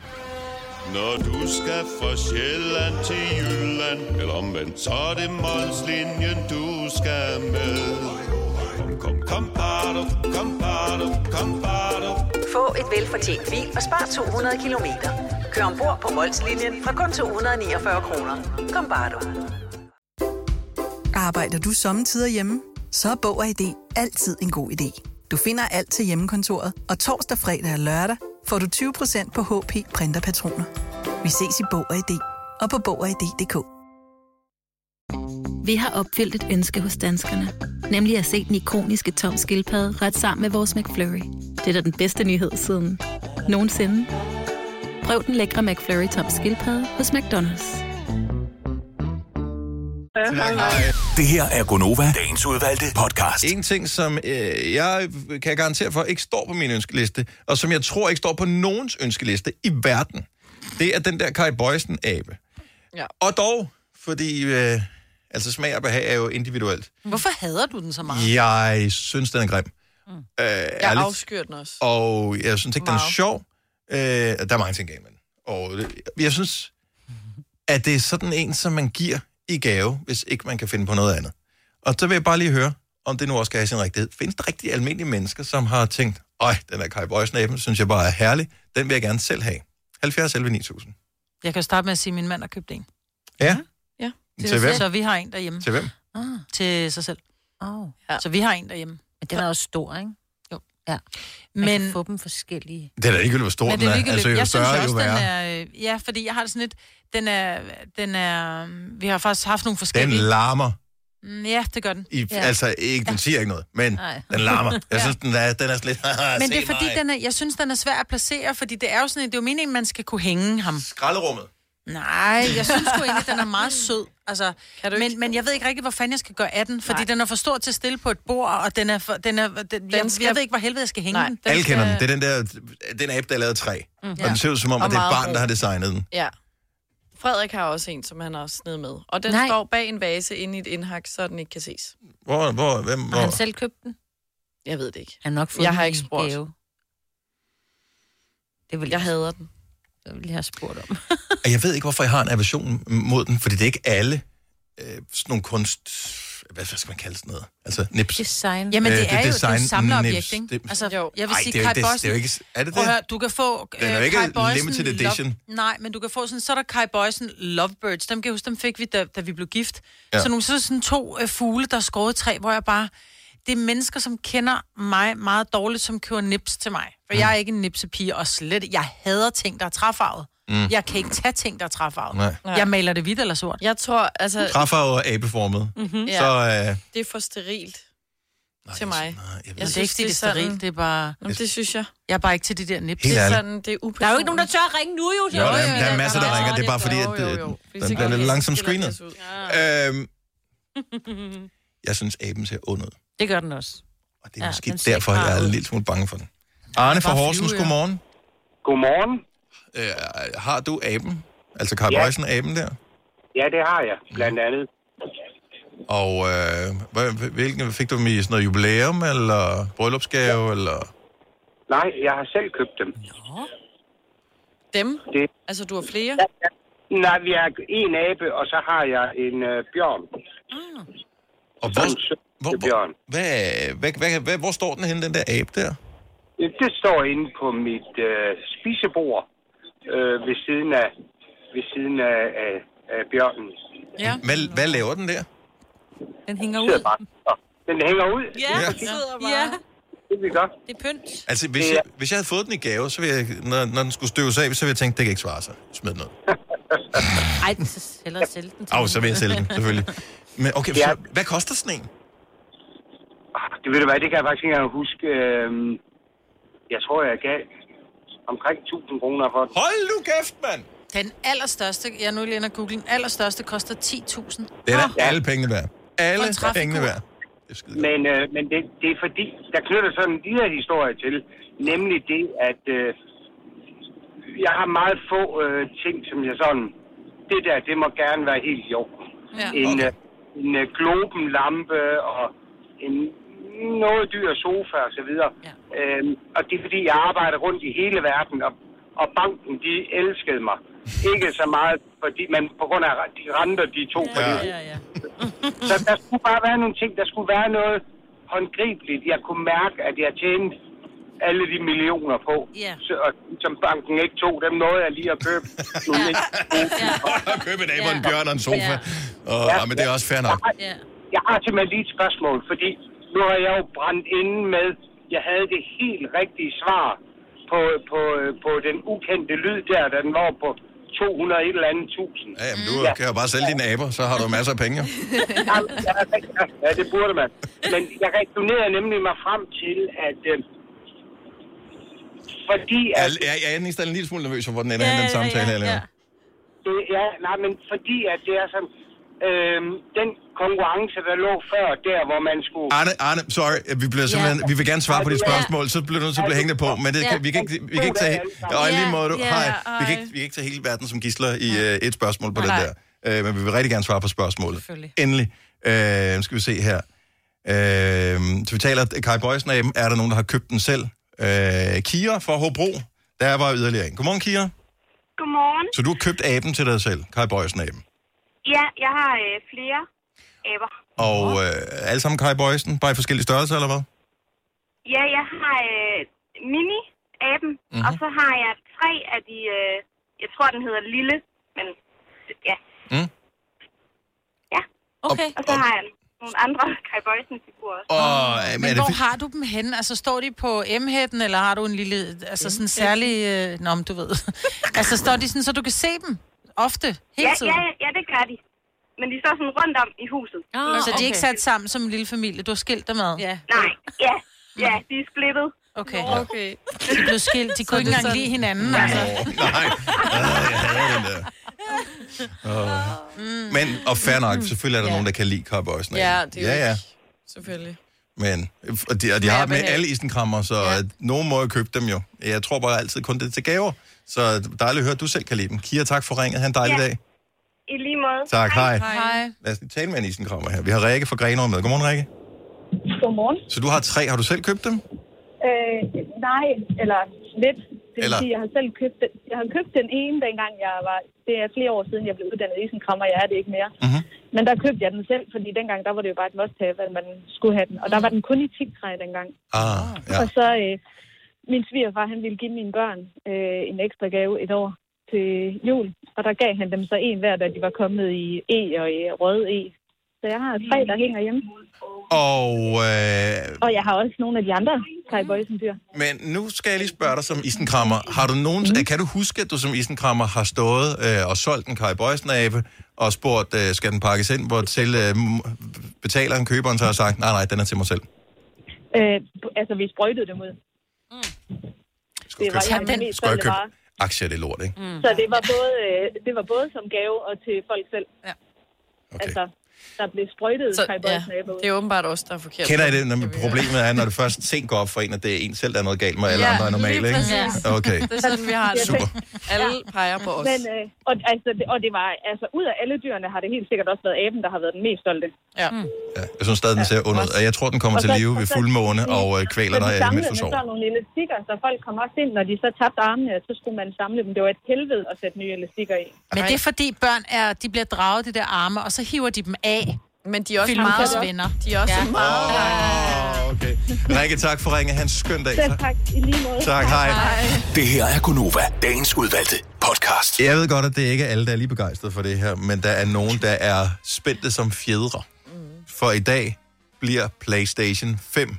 [SPEAKER 17] Når du skal fra Sjælland til Jylland, eller omvendt, så er det Molslinjen, du skal med. Kom, kom, kom, bado, kom, bado, kom, bado.
[SPEAKER 18] Få et velfortjent bil og spar 200 kilometer. Kør ombord på Molslinjen fra kun 249 kroner. Kom bare du.
[SPEAKER 19] Arbejder du sommetider hjemme? så er Bog og ID altid en god idé. Du finder alt til hjemmekontoret, og torsdag, fredag og lørdag får du 20% på HP printerpatroner. Vi ses i Bog og ID og på Bog og ID.dk.
[SPEAKER 20] Vi har opfyldt et ønske hos danskerne. Nemlig at se den ikoniske tom skildpadde ret sammen med vores McFlurry. Det er da den bedste nyhed siden nogensinde. Prøv den lækre McFlurry tom skildpadde hos McDonald's.
[SPEAKER 1] Det her er Gonova, dagens udvalgte podcast.
[SPEAKER 2] En ting, som øh, jeg kan garantere for ikke står på min ønskeliste, og som jeg tror ikke står på nogens ønskeliste i verden, det er den der Kai Bøjsen-abe.
[SPEAKER 6] Ja.
[SPEAKER 2] Og dog, fordi øh, altså smag og behag er jo individuelt.
[SPEAKER 4] Hvorfor hader du den så meget?
[SPEAKER 2] Jeg synes, den er grim. Mm. Øh,
[SPEAKER 6] Jeg
[SPEAKER 2] ærligt.
[SPEAKER 6] afskyr den også.
[SPEAKER 2] Og jeg synes ikke, den er
[SPEAKER 6] Meget.
[SPEAKER 2] sjov. Øh, der er mange ting galt med den. Og det- jeg synes, at det er sådan en, som man giver i gave, hvis ikke man kan finde på noget andet. Og så vil jeg bare lige høre, om det nu også skal have sin rigtighed. Findes der rigtig almindelige mennesker, som har tænkt, øj, den der Kai Bøjsnaben, synes jeg bare er herlig. Den vil jeg gerne selv have. 70 11 9000.
[SPEAKER 4] Jeg kan jo starte med at sige, at min mand har købt en.
[SPEAKER 2] Ja,
[SPEAKER 4] Ja.
[SPEAKER 2] Til hvem?
[SPEAKER 4] Så vi har en derhjemme.
[SPEAKER 2] til hvem?
[SPEAKER 4] Ah. Til sig selv.
[SPEAKER 3] Oh.
[SPEAKER 4] Ja. Så vi har en derhjemme.
[SPEAKER 3] Men den er også stor, ikke?
[SPEAKER 4] Jo.
[SPEAKER 3] Ja.
[SPEAKER 4] Man
[SPEAKER 3] Men... kan få dem forskellige.
[SPEAKER 2] Det er da ligegyldigt, hvor stor
[SPEAKER 4] Men
[SPEAKER 2] den
[SPEAKER 4] det
[SPEAKER 2] er.
[SPEAKER 4] er ligegyldigt.
[SPEAKER 2] Altså, jo
[SPEAKER 4] jeg
[SPEAKER 2] større,
[SPEAKER 4] synes
[SPEAKER 2] jo
[SPEAKER 4] også,
[SPEAKER 2] værre.
[SPEAKER 4] den er... øh, Ja, fordi jeg har det sådan lidt... Den er, den er... øh, Vi har faktisk haft nogle
[SPEAKER 2] Den
[SPEAKER 4] forskellige...
[SPEAKER 2] larmer.
[SPEAKER 4] Den ja, det gør den.
[SPEAKER 2] I, ja.
[SPEAKER 4] ja.
[SPEAKER 2] Altså, ikke, den siger ikke noget, men
[SPEAKER 4] Nej.
[SPEAKER 2] den larmer. Jeg synes, den er, den er sådan lidt...
[SPEAKER 4] Men det er fordi, den er, jeg synes, den er svær at placere, fordi det er jo sådan, en- det er jo meningen, man skal kunne hænge ham.
[SPEAKER 2] Skralderummet.
[SPEAKER 4] Nej, jeg synes sgu egentlig, den er meget sød. Altså, men, men jeg ved ikke rigtig, hvor fanden jeg skal gøre af den, fordi Nej. den er for stor til at stille på et bord, og den er for, den er, den, den jeg, skal... jeg ved ikke, hvor helvede jeg skal hænge Nej. den. den
[SPEAKER 2] Alle
[SPEAKER 4] skal...
[SPEAKER 2] kender den. Det er den der, den app, der er lavet af træ. Mm.
[SPEAKER 6] Mm.
[SPEAKER 2] Og
[SPEAKER 6] Ja.
[SPEAKER 2] den ser ud som om,
[SPEAKER 6] Og
[SPEAKER 2] at det er et
[SPEAKER 6] meget
[SPEAKER 2] barn,
[SPEAKER 6] rå.
[SPEAKER 2] der har designet den.
[SPEAKER 6] Ja. Frederik har også en, som han har snedet med. Og den
[SPEAKER 3] Nej.
[SPEAKER 6] Nej. står bag en vase inde i et indhak, så den ikke kan ses.
[SPEAKER 2] Hvor, hvor, hvem,
[SPEAKER 3] Har
[SPEAKER 2] hvor?
[SPEAKER 3] han selv købt den?
[SPEAKER 6] Jeg ved det ikke.
[SPEAKER 3] Han har nok fået
[SPEAKER 6] Jeg
[SPEAKER 3] den
[SPEAKER 6] har
[SPEAKER 3] i
[SPEAKER 6] ikke spurgt.
[SPEAKER 3] Gave. Det vil
[SPEAKER 6] jeg hader den.
[SPEAKER 3] Det ville jeg have spurgt om.
[SPEAKER 2] Og jeg ved ikke, hvorfor jeg har en aversion mod den, fordi det er ikke alle øh, sådan nogle kunst... Hvad hvad skal man kalde sådan noget? Altså nips.
[SPEAKER 4] Design. Jamen,
[SPEAKER 2] Øh,
[SPEAKER 4] det er jo det er jo
[SPEAKER 2] design
[SPEAKER 4] et samlerobjekt,
[SPEAKER 2] nips.
[SPEAKER 4] ikke?
[SPEAKER 2] Det-
[SPEAKER 4] Altså, jeg vil
[SPEAKER 2] Ej,
[SPEAKER 4] sige,
[SPEAKER 2] det er jo
[SPEAKER 4] Kai
[SPEAKER 2] ikke- det-
[SPEAKER 4] Boysen...
[SPEAKER 2] det er jo ikke- er det
[SPEAKER 4] Prøv at
[SPEAKER 2] det?
[SPEAKER 4] høre, du kan få
[SPEAKER 2] Den er jo
[SPEAKER 4] øh,
[SPEAKER 2] ikke
[SPEAKER 4] Kai Boysen
[SPEAKER 2] limited
[SPEAKER 4] Love-
[SPEAKER 2] edition.
[SPEAKER 4] Nej, men du kan få sådan... Så er der Kai Boysen Lovebirds. Dem kan jeg huske, dem fik vi, da, da vi blev gift.
[SPEAKER 2] Ja.
[SPEAKER 4] Ja. Så nogle så sådan to øh, fugle, der er skåret træ, hvor jeg bare... Det er mennesker, som kender mig meget dårligt, som køber nips til mig. For mm. jeg er ikke en nipsepige, og slet... Jeg hader ting, der er træfarvet.
[SPEAKER 2] Mm.
[SPEAKER 4] Mm. Jeg kan ikke tage ting, der er træfarvet.
[SPEAKER 2] Nej. Nej.
[SPEAKER 4] Jeg maler det hvidt eller sort.
[SPEAKER 6] Jeg tror, altså...
[SPEAKER 2] Træffer og abeformet.
[SPEAKER 6] Mhm.
[SPEAKER 2] Så øh,
[SPEAKER 6] Det er for sterilt Nej, til mig. Nej,
[SPEAKER 4] Jeg det er ikke, fordi det er sterilt, det er bare...
[SPEAKER 6] Nå, men det synes jeg.
[SPEAKER 4] Jeg er bare ikke til det der nips.
[SPEAKER 2] Helt
[SPEAKER 6] det er
[SPEAKER 2] ærligt.
[SPEAKER 6] sådan, det er upersonligt.
[SPEAKER 3] Der er jo ikke nogen, der tør at ringe nu, jo.
[SPEAKER 2] jo, der, er- der er masser, der ringer. Det er bare fordi, at
[SPEAKER 6] Jo, jo,
[SPEAKER 2] øh,
[SPEAKER 6] jo. Fordi så
[SPEAKER 2] den bliver
[SPEAKER 6] kan
[SPEAKER 2] lidt
[SPEAKER 6] vi-
[SPEAKER 2] langsomt
[SPEAKER 6] skiller det
[SPEAKER 2] screenet.
[SPEAKER 6] ud.
[SPEAKER 2] Øhm, jeg synes, aben ser ond ud.
[SPEAKER 3] Det gør den også.
[SPEAKER 2] Og det er måske derfor, jeg er en lille smule bange for den.
[SPEAKER 3] Den
[SPEAKER 2] Arne
[SPEAKER 3] er
[SPEAKER 2] fra
[SPEAKER 3] bare
[SPEAKER 2] Horsens,
[SPEAKER 3] flyve, ja.
[SPEAKER 2] godmorgen.
[SPEAKER 21] Godmorgen.
[SPEAKER 2] Øh, har du aben? Altså Carl
[SPEAKER 21] Ja.
[SPEAKER 2] Bøjsen aben der?
[SPEAKER 21] Ja, det har jeg, blandt andet.
[SPEAKER 2] Og øh, hvad- hvilken fik du dem i sådan noget jubilæum, eller bryllupsgave, ja. eller...
[SPEAKER 21] Nej, jeg har selv købt dem.
[SPEAKER 6] Dem?
[SPEAKER 21] Det,
[SPEAKER 6] Altså, du har flere?
[SPEAKER 21] nej, vi har en abe, og så har jeg en øh, bjørn.
[SPEAKER 2] Og hvor, hvor, hvor, hvad, hvad, hvad, hvad, hvor står den henne, den der abe der?
[SPEAKER 21] Det står inde på mit øh, spisebord øh, ved siden af, ved siden af, af, af bjørnen.
[SPEAKER 4] Ja.
[SPEAKER 2] Hvad, hvad laver den der?
[SPEAKER 3] Den hænger
[SPEAKER 21] ud. Bare. Den hænger ud.
[SPEAKER 2] Ja,
[SPEAKER 21] det er
[SPEAKER 2] den
[SPEAKER 21] præcis
[SPEAKER 4] sidder bare. Ja.
[SPEAKER 21] det, vi gør.
[SPEAKER 4] Det er pynt.
[SPEAKER 2] Altså, hvis, jeg, hvis jeg havde fået den i gave, så ville jeg, når, når den skulle støves af, så ville jeg tænke, det kan ikke svare sig. Smid den ud.
[SPEAKER 3] Ej, den så hellere sælge den.
[SPEAKER 2] Au, så vil jeg sælge den, selvfølgelig. Men okay, ja. så, hvad koster sådan en?
[SPEAKER 21] Det ved du hvad, det kan jeg faktisk ikke engang huske. Øh, jeg tror, jeg gav omkring 1000 kroner for den.
[SPEAKER 2] Hold nu kæft, mand!
[SPEAKER 4] Den allerstørste, jeg er nu lige inde og google, den allerstørste koster 10.000.
[SPEAKER 2] Det er da alle pengene værd. Alle
[SPEAKER 4] Og en træfigur.
[SPEAKER 2] pengene værd.
[SPEAKER 21] Men, øh, men det, det er fordi, der knytter sådan en lille historie til, nemlig det, at øh, jeg har meget få øh, ting, som jeg sådan, det der, det må gerne være helt i orden.
[SPEAKER 22] Ja.
[SPEAKER 21] En, øh, en øh, globenlampe og en noget dyr sofa og så videre. Ja. Øhm, og det er fordi, jeg arbejder rundt i hele verden, og, og banken, de elskede mig. Ikke så meget, fordi man på grund af de renter, de to ja, ja, ja. Så der skulle bare være nogle ting, der skulle være noget håndgribeligt. Jeg kunne mærke, at jeg tjente alle de millioner på,
[SPEAKER 4] Ja.
[SPEAKER 21] så, og, som banken ikke tog. Dem nåede jeg lige at købe. ja.
[SPEAKER 2] Og købe en abe og en bjørn og en sofa. Og, ja. men det er også fair nok.
[SPEAKER 21] Jeg har simpelthen lige et spørgsmål, fordi nu har jeg jo brændt inde med, jeg havde det helt rigtige svar på, på, på den ukendte lyd der, da den var på 200 et eller andet tusind. Mm.
[SPEAKER 2] Ja, men du kan jo bare sælge dine aber, så har du masser af penge. jo.
[SPEAKER 21] Jamen, ja, ja, ja, det burde man. Men jeg resonerede nemlig mig frem til, at øh, fordi...
[SPEAKER 2] Jeg, jeg, jeg er næsten en lille smule nervøs for, hvor den ender ja, den samtale her. Ja, ja.
[SPEAKER 21] Det, ja, nej, men fordi at det er sådan... Øh, den konkurrence, der lå før, der hvor man skulle...
[SPEAKER 2] Arne, Arne, sorry, vi, bliver simpelthen, vi vil gerne svare på dit spørgsmål, så bliver du nødt til at blive hængende på, men det, kan- vi kan ikke, vi kan ikke tage... Ja, og i lige måde, du,
[SPEAKER 5] Ja,
[SPEAKER 2] hej. Vi
[SPEAKER 5] hej.
[SPEAKER 2] kan, ikke, vi kan ikke tage hele verden som gidsler i øh, et spørgsmål på det der. Øh, men vi vil rigtig gerne svare på spørgsmålet. Endelig. Øh, nu skal vi se her. Øh, så vi taler Kai Bøjsen af dem. Er der nogen, der har købt den selv? Øh, Kira fra Hobro. Der var yderligere en. Godmorgen, Kira.
[SPEAKER 8] Godmorgen.
[SPEAKER 2] Så du har købt aben til dig selv, Kai Bøjsen aben.
[SPEAKER 8] Ja, jeg har øh, flere aber.
[SPEAKER 2] Og øh, alle sammen Kai Bøjsen, bare i forskellige størrelser, eller hvad?
[SPEAKER 8] Ja, jeg har øh, mini-aben,
[SPEAKER 2] Mhm.
[SPEAKER 8] mm-hmm. og så har jeg tre af de, øh, jeg tror, den hedder Lille, men ja.
[SPEAKER 2] Mm.
[SPEAKER 8] Ja. Okay. Og så har jeg nogle andre Kai Bøjsen-figurer også.
[SPEAKER 2] Og, øh,
[SPEAKER 4] Men,
[SPEAKER 2] er
[SPEAKER 4] men
[SPEAKER 2] det
[SPEAKER 4] hvor
[SPEAKER 2] fordi-
[SPEAKER 4] har du dem henne? Altså, står de på M-hætten, eller har du en lille, altså sådan særlig... Øh, nå, men du ved. altså, står de sådan, så du kan se dem ofte, hele
[SPEAKER 8] ja,
[SPEAKER 4] tiden?
[SPEAKER 8] ja, ja, ja, det gør de. Men de står sådan rundt om i huset.
[SPEAKER 4] Ah, så de er ikke sat sammen som en lille familie, du har skilt dem ad? Ja.
[SPEAKER 8] Nej, ja, ja, de er splittet.
[SPEAKER 4] Okay. okay. De blev skilt, de kunne ikke engang lide hinanden. Altså.
[SPEAKER 2] Oh. Men, og fair nok, selvfølgelig er der nogen, der kan lide Kai Bøjsen
[SPEAKER 6] Mm. Ja, det er jo
[SPEAKER 2] ja, ja.
[SPEAKER 6] ikke- Selvfølgelig.
[SPEAKER 2] Men, og de, og de har med
[SPEAKER 6] behag.
[SPEAKER 2] alle isenkrammer, så ja. nogen må jo købe dem jo. Jeg tror bare altid kun det er til gaver. Så dejligt at høre, at du selv kan lide dem. Kira, tak for ringet. Ha' en dejlig
[SPEAKER 8] Ja.
[SPEAKER 2] dag.
[SPEAKER 8] I lige måde.
[SPEAKER 2] Tak, hej.
[SPEAKER 8] Hej.
[SPEAKER 2] Lad os lige tale med en isenkrammer her. Vi har Rikke fra Grenaa med. Godmorgen, Rikke.
[SPEAKER 9] Godmorgen.
[SPEAKER 2] Så du har tre. Har du selv købt dem?
[SPEAKER 9] Øh, nej, eller lidt. Det vil
[SPEAKER 2] Eller-
[SPEAKER 9] sige, jeg har selv købt den. Jeg har købt den ene, dengang jeg var... Det er flere år siden, jeg blev uddannet i sådan krammer. Jeg er det ikke mere.
[SPEAKER 2] Mm-hmm.
[SPEAKER 9] Men der købte jeg den selv, fordi dengang, der var det jo bare et must have, at man skulle have den. Og der var den kun i 10 træ dengang.
[SPEAKER 2] Ah, ja.
[SPEAKER 9] Og så øh, min svigerfar, han ville give mine børn øh, en ekstra gave et år til jul. Og der gav han dem så en hver, da de var kommet i E og i rød E. Så jeg har tre, der hænger hjemme.
[SPEAKER 2] Og, øh,
[SPEAKER 9] Og jeg har også nogle af de andre Kai Bøjsen-dyr.
[SPEAKER 2] men nu skal jeg lige spørge dig som isenkrammer. Har du nogen,
[SPEAKER 6] Mhm.
[SPEAKER 2] mm. Kan du huske, at du som isenkrammer har stået øh, og solgt en Kai bøjsen abe og spurgt, øh, skal den pakkes ind, hvor til øh, m- betaleren, køberen, så har sagt, nej, nej, den er til mig selv.
[SPEAKER 9] Øh, altså, vi sprøjtede dem ud. Mm. Det var
[SPEAKER 2] købe-
[SPEAKER 9] en af de mest
[SPEAKER 2] Skal jeg
[SPEAKER 9] solgte
[SPEAKER 2] købe
[SPEAKER 9] varer.
[SPEAKER 2] aktier, det er lort, ikke?
[SPEAKER 9] Så
[SPEAKER 6] Mm.
[SPEAKER 9] det var, både, øh, det var både som gave og til folk selv.
[SPEAKER 4] Ja.
[SPEAKER 9] Okay. Altså, der blev sprøjtet
[SPEAKER 6] Så,
[SPEAKER 9] Kai
[SPEAKER 6] ja,
[SPEAKER 9] Bøjsen ja.
[SPEAKER 6] det er åbenbart også der er forkert.
[SPEAKER 2] Kender I det, når problemet er, når det først sent går op for en, at det er en selv, der er noget galt med, og alle
[SPEAKER 6] Ja,
[SPEAKER 2] andre er normale,
[SPEAKER 6] lige
[SPEAKER 2] ikke?
[SPEAKER 6] præcis.
[SPEAKER 2] Okay.
[SPEAKER 6] Det er sådan, vi har det.
[SPEAKER 2] Super.
[SPEAKER 6] Alle peger på os.
[SPEAKER 9] Men, øh, og, altså, det, og det var, altså, ud af alle dyrene har det helt sikkert også været aben, der har været den mest stolte. Mm.
[SPEAKER 6] Ja.
[SPEAKER 2] Jeg synes stadig, den ser ond ud, og jeg tror, den kommer
[SPEAKER 9] Og
[SPEAKER 2] til
[SPEAKER 9] så-
[SPEAKER 2] live
[SPEAKER 9] og
[SPEAKER 2] ved
[SPEAKER 9] så-
[SPEAKER 2] fuldmåne og øh, kvæler
[SPEAKER 9] Så de
[SPEAKER 2] dig, øh, mens
[SPEAKER 9] samlede
[SPEAKER 2] du
[SPEAKER 9] med
[SPEAKER 2] sover.
[SPEAKER 9] sådan nogle elastikker, så folk kom også ind, når de så tabte armene, så skulle man samle dem. Det var et helvede at sætte nye elastikker i.
[SPEAKER 4] Men det er fordi børn er, de bliver draget i de der arme, og så hiver de dem af.
[SPEAKER 6] Men de er også
[SPEAKER 4] Filmens
[SPEAKER 6] meget-
[SPEAKER 4] venner.
[SPEAKER 6] De er også meget-
[SPEAKER 2] Åh, okay. Rikke, tak for ringe. Han skøn dag.
[SPEAKER 9] Selv tak, i lige måde.
[SPEAKER 2] Tak, hej.
[SPEAKER 1] Det her er Gunova, dagens udvalgte podcast.
[SPEAKER 2] Jeg ved godt, at det ikke er alle, der er lige begejstrede for det her, men der er nogen, der er spændte som fjedre. For i dag bliver PlayStation 5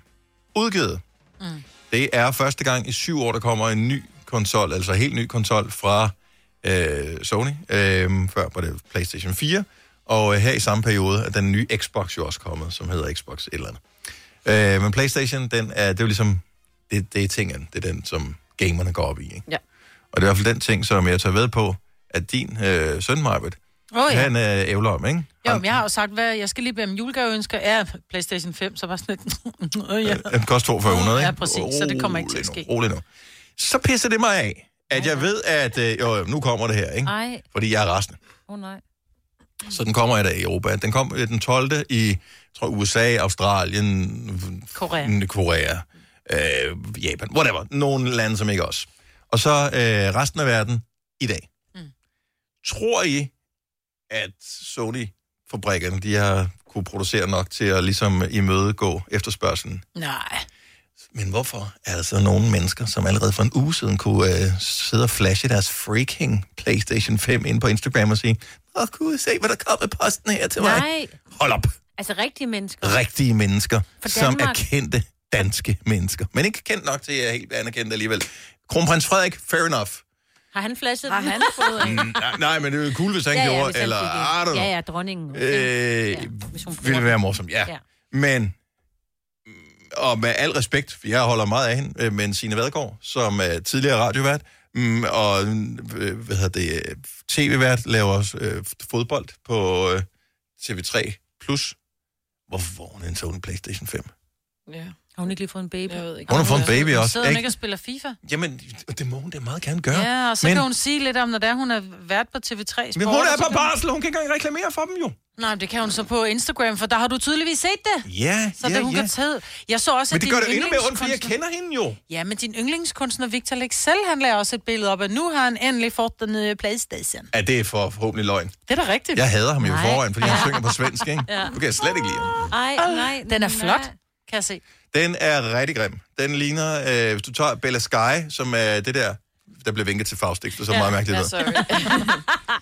[SPEAKER 2] udgivet.
[SPEAKER 22] Mm.
[SPEAKER 2] Det er første gang i syv år, der kommer en ny konsol, altså helt ny konsol fra øh, Sony. Øh, før var det PlayStation 4. Og øh, her i samme periode er den nye Xbox jo også kommet, som hedder Xbox et eller andet. Øh, men PlayStation, den er, det er jo ligesom, det, det er tingen, det er den, som gamerne går op i. Ikke?
[SPEAKER 6] Ja.
[SPEAKER 2] Og det er i hvert fald den ting, som jeg tager ved på, at din øh, søn, Marbet,
[SPEAKER 4] Åh, ja.
[SPEAKER 2] han øh, ævler om, ikke?
[SPEAKER 4] Jo, men jeg har jo sagt, hvad jeg skal lige bede om julegaveønsker. Ja, Playstation 5, så bare sådan lidt... Åh, ja.
[SPEAKER 2] Den koster 4200, ikke?
[SPEAKER 4] Ja, præcis, så det kommer ikke til at ske.
[SPEAKER 2] Rolig nu. Så pisser det mig af, at jeg ved, at øh, jo, nu kommer det her, ikke?
[SPEAKER 3] Ej,
[SPEAKER 2] Fordi jeg er rasende.
[SPEAKER 3] åh oh, nej.
[SPEAKER 2] Så den kommer i dag i Europa. Den kom øh, den 12. i, jeg tror USA, Australien,
[SPEAKER 4] Korea.
[SPEAKER 2] N- Korea øh, Japan, whatever. Nogle lande, som ikke os. Og så øh, resten af verden i dag. Mm. Tror I, at Sony-fabrikkerne, de har kunne producere nok til at ligesom imødegå efterspørgselen?
[SPEAKER 4] Nej.
[SPEAKER 2] Men hvorfor er der så nogle mennesker, som allerede for en uge siden kunne øh, sidde og flashe deres freaking PlayStation 5 ind på Instagram og sige, Åh gud, se hvad der kom i posten her til mig.
[SPEAKER 3] Nej.
[SPEAKER 2] Hold op.
[SPEAKER 3] Altså rigtige mennesker.
[SPEAKER 2] rigtige mennesker,
[SPEAKER 3] For
[SPEAKER 2] som er
[SPEAKER 3] Danmark.
[SPEAKER 2] kendte danske mennesker. Men ikke kendt nok til, at jeg er helt anerkendt alligevel. Kronprins Frederik, fair enough. Mm,
[SPEAKER 3] Har han flashet
[SPEAKER 6] Har
[SPEAKER 3] den?
[SPEAKER 6] han fået en?
[SPEAKER 2] Nej, nej, men det ville cool, hvis han
[SPEAKER 3] ja, ja,
[SPEAKER 2] gjorde,
[SPEAKER 3] hvis han
[SPEAKER 2] eller
[SPEAKER 3] fik
[SPEAKER 2] I don't
[SPEAKER 3] en.
[SPEAKER 2] know.
[SPEAKER 3] Ja, ja, dronningen.
[SPEAKER 2] Øh, ville det være morsomt, ja.
[SPEAKER 3] Ja.
[SPEAKER 2] ja. Men, mm, og med al respekt, for jeg holder meget af hende, øh, men Signe Vadgaard, som er tidligere radiovært, mm, og øh, hvad hedder det, øh, tv-vært, laver også øh, fodbold på øh, TV3+. Plus. Hvorfor får hun en sådan Playstation 5?
[SPEAKER 6] Ja.
[SPEAKER 3] Har hun ikke lige fået en baby? Jeg ved
[SPEAKER 2] ikke. Hun har fået en baby også,
[SPEAKER 4] Sidder hun
[SPEAKER 2] ikke?
[SPEAKER 4] ikke og spiller FIFA?
[SPEAKER 2] Jamen, det må hun da meget gerne gøre.
[SPEAKER 4] Ja, og så
[SPEAKER 2] men,
[SPEAKER 4] men... kan hun sige lidt om, når det er, hun er vært på TV3 Sport.
[SPEAKER 2] Men hun
[SPEAKER 4] og så
[SPEAKER 2] er på
[SPEAKER 4] kan hun-
[SPEAKER 2] barsel, hun kan ikke engang reklamere for dem jo.
[SPEAKER 4] Nej, men det kan hun så på Instagram, for der har du tydeligvis set det.
[SPEAKER 2] Ja,
[SPEAKER 4] så
[SPEAKER 2] ja,
[SPEAKER 4] det, hun
[SPEAKER 2] ja.
[SPEAKER 4] kan tage. Jeg så også,
[SPEAKER 2] Men
[SPEAKER 4] at
[SPEAKER 2] det
[SPEAKER 4] din
[SPEAKER 2] gør det endnu mere ondt, fordi jeg
[SPEAKER 4] yndlingskunstner-
[SPEAKER 2] kender hende jo.
[SPEAKER 4] Ja, men din yndlingskunstner Victor Lexell, han lagde også et billede op, at nu har han endelig fået den nye Playstation.
[SPEAKER 2] Ja, det er for forhåbentlig løgn.
[SPEAKER 4] Det er da rigtigt.
[SPEAKER 2] Jeg hader ham jo i
[SPEAKER 4] Nej.
[SPEAKER 2] forvejen, fordi han synger på svensk, ikke?
[SPEAKER 4] Ja.
[SPEAKER 2] Du kan jeg slet ikke lide ham.
[SPEAKER 3] Ej, nej.
[SPEAKER 4] Den er flot, kan jeg se.
[SPEAKER 2] Den er rigtig grim. Den ligner, øh, hvis du tager Bella Sky, som er det der, der blev vinket til Faust, ikke? Det er så meget mærkeligt ud.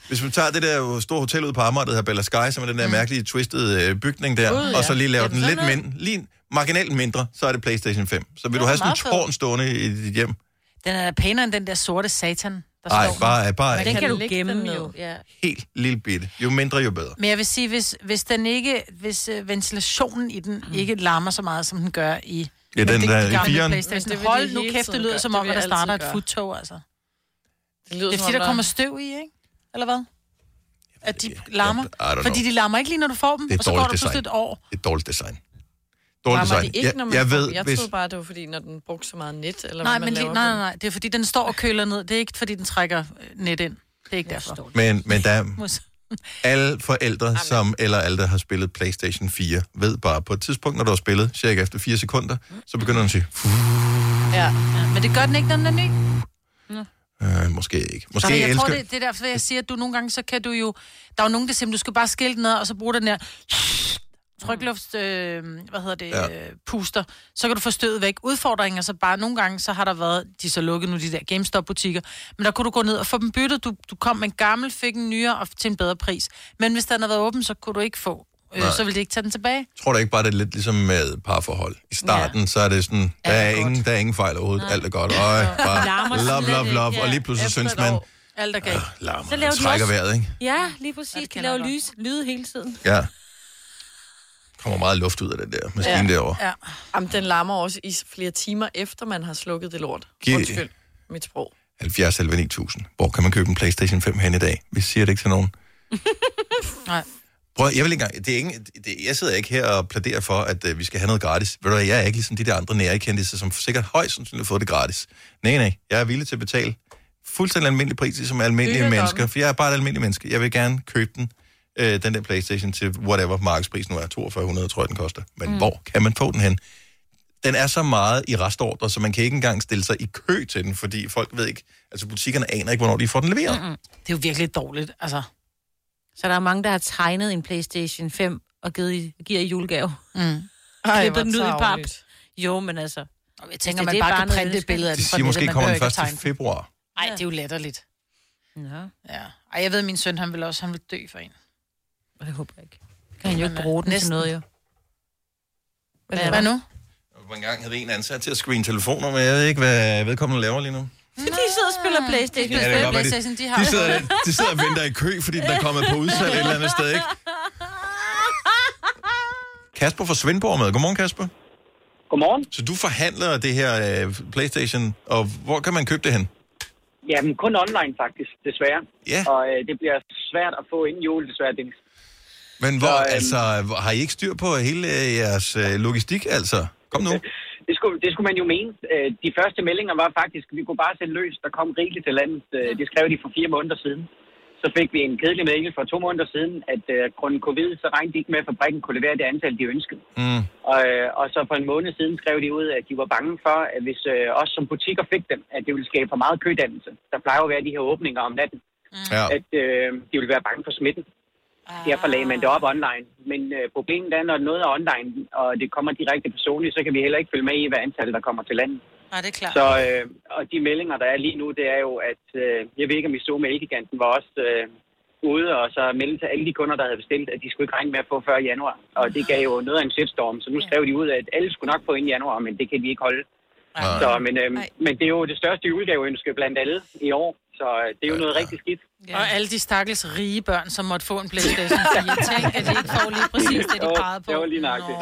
[SPEAKER 2] Hvis man tager det der store hotel ud på Amager, der hedder Bella Sky, som er
[SPEAKER 4] Mm.
[SPEAKER 2] den der mærkelige twistede øh, bygning der,
[SPEAKER 5] Gud, ja.
[SPEAKER 2] og så lige laver
[SPEAKER 5] Ja,
[SPEAKER 2] den
[SPEAKER 5] sådan
[SPEAKER 2] lidt
[SPEAKER 5] noget.
[SPEAKER 2] mind, lige marginalt mindre, så er det Playstation 5. Så vil
[SPEAKER 4] Det
[SPEAKER 2] du
[SPEAKER 4] er
[SPEAKER 2] have sådan en
[SPEAKER 4] meget fedt.
[SPEAKER 2] tårn stående i dit hjem?
[SPEAKER 4] Den er da pænere end den der sorte satan, der
[SPEAKER 2] Nej,
[SPEAKER 4] står.
[SPEAKER 2] bare, bare
[SPEAKER 4] Men
[SPEAKER 2] en
[SPEAKER 4] den kan du
[SPEAKER 3] lægge
[SPEAKER 4] gemme
[SPEAKER 3] den ned.
[SPEAKER 4] jo. Ja.
[SPEAKER 2] helt lille bitte. Jo mindre, jo bedre.
[SPEAKER 4] Men jeg vil sige, hvis, hvis den ikke, hvis øh, ventilationen i den ikke larmer så meget, som den gør i
[SPEAKER 2] Ja, den
[SPEAKER 4] det,
[SPEAKER 2] der
[SPEAKER 4] det
[SPEAKER 2] i
[SPEAKER 4] gamle
[SPEAKER 2] fireren.
[SPEAKER 4] PlayStation.
[SPEAKER 6] Men det vil
[SPEAKER 4] Hold
[SPEAKER 6] de
[SPEAKER 4] nu
[SPEAKER 6] hele
[SPEAKER 4] kæft, det
[SPEAKER 6] tiden
[SPEAKER 4] lyder
[SPEAKER 6] gøre.
[SPEAKER 4] som
[SPEAKER 6] Det
[SPEAKER 4] om,
[SPEAKER 6] vil
[SPEAKER 4] at der
[SPEAKER 6] de
[SPEAKER 4] starter
[SPEAKER 6] altid
[SPEAKER 4] et
[SPEAKER 6] gøre.
[SPEAKER 4] futtog, altså.
[SPEAKER 6] Det lyder
[SPEAKER 4] Det er
[SPEAKER 6] som
[SPEAKER 4] fordi,
[SPEAKER 6] om,
[SPEAKER 4] der kommer støv i, ikke? Eller hvad? At de larmer?
[SPEAKER 2] I don't
[SPEAKER 4] Fordi
[SPEAKER 2] know.
[SPEAKER 4] de larmer ikke lige, når du får dem,
[SPEAKER 2] Det er
[SPEAKER 4] Mm, og så går
[SPEAKER 2] dårligt
[SPEAKER 4] der pludselig et
[SPEAKER 2] design.
[SPEAKER 4] år.
[SPEAKER 2] Det er dårligt design. Dårligt
[SPEAKER 6] Varmer
[SPEAKER 2] design.
[SPEAKER 6] det ikke, når man
[SPEAKER 2] jeg, jeg
[SPEAKER 6] får-
[SPEAKER 2] ved,
[SPEAKER 6] jeg
[SPEAKER 2] hvis...
[SPEAKER 6] troede bare, det var fordi, når den brugte så meget net, eller
[SPEAKER 4] Nej,
[SPEAKER 6] hvad man
[SPEAKER 4] men lige,
[SPEAKER 6] laver
[SPEAKER 4] nej, nej, nej, det er fordi, den står og køler ned. Det er ikke, fordi den trækker øh, net ind. Det er ikke derfor.
[SPEAKER 2] Men, men der er
[SPEAKER 4] Mus-
[SPEAKER 2] alle forældre, Amen. som eller alle, der har spillet PlayStation 4, ved bare, på et tidspunkt, når du har spillet, cirka efter 4 sekunder, så begynder den at sige,
[SPEAKER 4] Ja. ja. Men det gør den ikke, når den er ny.
[SPEAKER 2] øh, måske ikke. Måske
[SPEAKER 4] Jamen,
[SPEAKER 2] jeg
[SPEAKER 4] jeg
[SPEAKER 2] elsker...
[SPEAKER 4] tror, det, det er derfor, jeg siger, at du nogle gange, så kan du jo... Der er jo nogen, der siger, at du skal bare skille den ned, og så bruger den her trykluft, øh, hvad hedder det,
[SPEAKER 2] Ja.
[SPEAKER 4] ja. puster, så kan du få stødet væk. Udfordringen er så bare, nogle gange, så har der været, de er så lukket nu, de der GameStop-butikker, men der kunne du gå ned og få dem byttet. Du, du kom med en gammel, fik en nyere og til en bedre pris. Men hvis den havde været åben, så kunne du ikke få, øh,
[SPEAKER 2] Nej.
[SPEAKER 4] så ville de ikke tage den tilbage.
[SPEAKER 2] tror du ikke bare, det er lidt ligesom med parforhold? I starten, ja. så er det sådan, der er, ingen, der er ingen fejl overhovedet, Nej. alt er godt, øj,
[SPEAKER 3] Larmer
[SPEAKER 2] bare
[SPEAKER 3] slet
[SPEAKER 2] love, love,
[SPEAKER 3] ikke,
[SPEAKER 2] love,
[SPEAKER 3] ja.
[SPEAKER 2] og lige pludselig
[SPEAKER 3] Efter
[SPEAKER 2] synes
[SPEAKER 3] et
[SPEAKER 2] man,
[SPEAKER 3] år.
[SPEAKER 4] Alt er galt.
[SPEAKER 2] larmer,
[SPEAKER 3] Så laver de
[SPEAKER 2] trækker
[SPEAKER 3] også-
[SPEAKER 2] vejret, ikke?
[SPEAKER 3] Ja, lige præcis. De laver lys, lyde hele tiden.
[SPEAKER 2] Ja. Der kommer meget luft ud af den der maskine ja. derovre.
[SPEAKER 4] Ja.
[SPEAKER 6] Jamen, den larmer også i flere timer, efter man har slukket det lort.
[SPEAKER 2] Giv-
[SPEAKER 6] Undskyld mit sprog.
[SPEAKER 2] 70 11 9000. Hvor kan man købe en PlayStation 5 hen i dag? Vi siger det ikke til nogen.
[SPEAKER 4] Nej.
[SPEAKER 2] Prøv, at- jeg vil ikke engang, det er ingen, det, jeg sidder ikke her og pladerer for, at øh, vi skal have noget gratis. Ved du hvad, jeg er ikke ligesom de der andre nærekendte, som sikkert højst sandsynligt har fået det gratis. Nej, nej, jeg er villig til at betale fuldstændig almindelig pris, som almindelige
[SPEAKER 5] Ikke
[SPEAKER 2] mennesker,
[SPEAKER 5] dobbelt.
[SPEAKER 2] for jeg er bare et almindeligt menneske. Jeg vil gerne købe den, øh, den der Playstation til whatever markedsprisen nu er, 4200 tror jeg, den koster. Men mm. hvor kan man få den hen? Den er så meget i restordre, så man kan ikke engang stille sig i kø til den, fordi folk ved ikke, altså butikkerne aner ikke, hvornår de får den leveret. Mm-mm.
[SPEAKER 4] Det er jo virkelig dårligt, altså.
[SPEAKER 3] Så der er mange, der har tegnet en Playstation 5 og givet, i- giver i julegave.
[SPEAKER 4] Mm.
[SPEAKER 3] Ej,
[SPEAKER 4] hvor
[SPEAKER 3] Klippet den ud i pap.
[SPEAKER 4] tarveligt.
[SPEAKER 3] Jo, men altså...
[SPEAKER 4] Jeg tænker, man bare kan printe et billede af den.
[SPEAKER 2] De
[SPEAKER 4] fra nettet.
[SPEAKER 2] siger måske,
[SPEAKER 4] Man
[SPEAKER 2] kommer
[SPEAKER 4] behøver
[SPEAKER 2] den
[SPEAKER 4] ikke at tegne
[SPEAKER 2] 1. februar.
[SPEAKER 4] Nej, det er jo latterligt.
[SPEAKER 3] Ja.
[SPEAKER 4] ja. Ej, jeg ved, at min søn, han vil også, han vil dø for en. øh,
[SPEAKER 3] Og det håber jeg ikke. Kan han jo ikke bruge den til noget, jo.
[SPEAKER 4] Hvad, hvad nu?
[SPEAKER 2] Hvor engang havde vi en ansat til at screene telefoner, men jeg ved ikke, hvad vedkommende laver lige nu.
[SPEAKER 3] Så de sidder og spiller Playstation.
[SPEAKER 2] Ja, det kan godt være, de-
[SPEAKER 4] Playstation, de har.
[SPEAKER 2] De sidder, de sidder og venter i kø, fordi den er kommet på udsalg et eller andet sted, ikke? Kasper fra Svendborg er med. Godmorgen, Kasper.
[SPEAKER 23] Godmorgen.
[SPEAKER 2] Så du forhandler det her øh, Playstation, og hvor kan man købe det hen?
[SPEAKER 23] Jamen, kun online faktisk, desværre.
[SPEAKER 2] Ja.
[SPEAKER 23] Og øh, det bliver svært at få inden jul, desværre, Dennis.
[SPEAKER 2] Men hvor, altså, hvor- har I ikke styr på hele øh, jeres øh, logistik, altså? Kom nu.
[SPEAKER 23] Det skulle, det skulle man jo mene. Øh, de første meldinger var faktisk, at vi kunne bare sætte løs. Der kom rigeligt til landet. Øh, det skrev de for fire måneder siden. Så fik vi en kedelig melding for to måneder siden, at øh, grundet covid, så regnede de ikke med, at fabrikken kunne levere det antal, de ønskede.
[SPEAKER 2] Mm.
[SPEAKER 7] 嗯
[SPEAKER 23] Og, øh, og så for en måned siden skrev de ud, at de var bange for, at hvis øh, os som butikker fik dem, at det ville skabe for meget kødannelse. Der plejer jo at være de her åbninger om natten.
[SPEAKER 2] Ja.
[SPEAKER 23] At øh, de ville være bange for smitten. Derfor lagde man det op online. Men øh, problemet er, når noget er online, og det kommer direkte personligt, så kan vi heller ikke følge med i, hvad antallet der kommer til landet.
[SPEAKER 4] Nej, det er klart.
[SPEAKER 23] Så, øh, og de meldinger, der er lige nu, det er jo, at øh, jeg ved ikke, om I så med Elgiganten, var også øh, ude og så meldte til alle de kunder, der havde bestilt, at de skulle ikke regne med at få før januar. Og det gav jo noget af en shitstorm, så nu skrev de ud, at alle skulle nok få ind i januar, men det kan de ikke holde. Så, men, øhm, men det er jo det største julegaveønske blandt alle i år, så øh, det er jo noget rigtig skidt.
[SPEAKER 4] Ja. Og alle de stakkels rige børn, som måtte få en Playstation 4. Tænk, at de ikke får lige præcis det, de pegede på.
[SPEAKER 23] Det var lige nøjagtigt.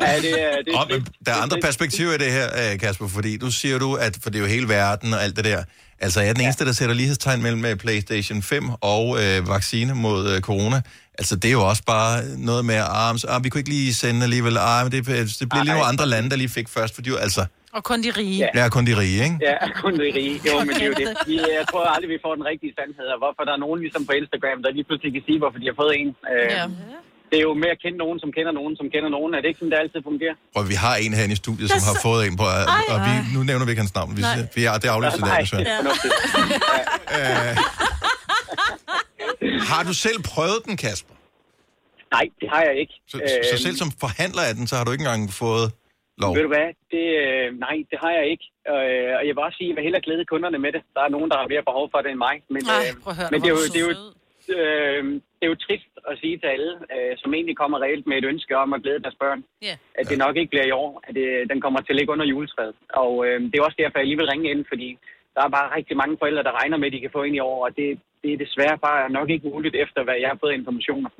[SPEAKER 23] Ja, det, er- det,
[SPEAKER 2] Og, men, der er andre perspektiver i det her, øh, Kasper, fordi du siger du, at for det er jo hele verden og alt det der. Altså, jeg er den eneste, der sætter lighedstegn mellem øh, PlayStation 5 og øh, vaccine mod øh, corona. Altså, det er jo også bare noget med, ah, men så, ah, vi kunne ikke lige sende alligevel. Ah, men det, øh, det bliver lige nogle andre lande, der lige fik først, fordi jo, altså,
[SPEAKER 4] Og kun de rige.
[SPEAKER 2] det er kun de rige, ikke?
[SPEAKER 23] Ja, kun de rige. Jo, men det er jo det. Vi, øh, jeg tror aldrig, vi får den rigtige sandhed, og hvorfor der er nogen ligesom på Instagram, der lige pludselig kan sige, hvorfor de har fået en. Øh,
[SPEAKER 6] Ja.
[SPEAKER 23] Det er jo med at kende nogen, som kender nogen, som kender nogen. Er det ikke sådan, det altid fungerer?
[SPEAKER 2] Og vi har en herinde i studiet, som
[SPEAKER 23] Der
[SPEAKER 2] har
[SPEAKER 23] så-
[SPEAKER 2] fået en på, og,
[SPEAKER 23] Ej.
[SPEAKER 2] og vi, nu nævner vi ikke hans navn. Vi,
[SPEAKER 23] Nej.
[SPEAKER 2] siger- vi er, det er aflyst i
[SPEAKER 23] Nej,
[SPEAKER 2] dag, desværre.
[SPEAKER 23] det er fornuftigt.
[SPEAKER 2] Øh, har du selv prøvet den, Kasper?
[SPEAKER 23] Nej, det har jeg ikke. Øh.
[SPEAKER 2] Så, så selv som forhandler af den, så har du ikke engang fået lov?
[SPEAKER 23] Ved du hvad? Det, øh, nej, det har jeg ikke. Øh, og jeg vil også sige, at jeg vil hellere glæde kunderne med det. Der er nogen, der har mere behov for det end mig. Men,
[SPEAKER 4] Ej,
[SPEAKER 23] øh,
[SPEAKER 4] prøv at høre,
[SPEAKER 23] men det, er
[SPEAKER 4] hvor
[SPEAKER 23] jo,
[SPEAKER 4] er du
[SPEAKER 23] det, er jo, øh, det er jo trist at sige til alle, øh, som egentlig kommer reelt med et ønske om at glæde deres børn,
[SPEAKER 4] Ja.
[SPEAKER 23] at det nok ikke bliver i år, at øh, den kommer til at ligge under juletræet. Og øh, det er også derfor, jeg lige vil ringe ind, fordi der er bare rigtig mange forældre, der regner med, at de kan få ind i år, og det, det er desværre bare nok ikke muligt efter, hvad jeg har fået af informationer.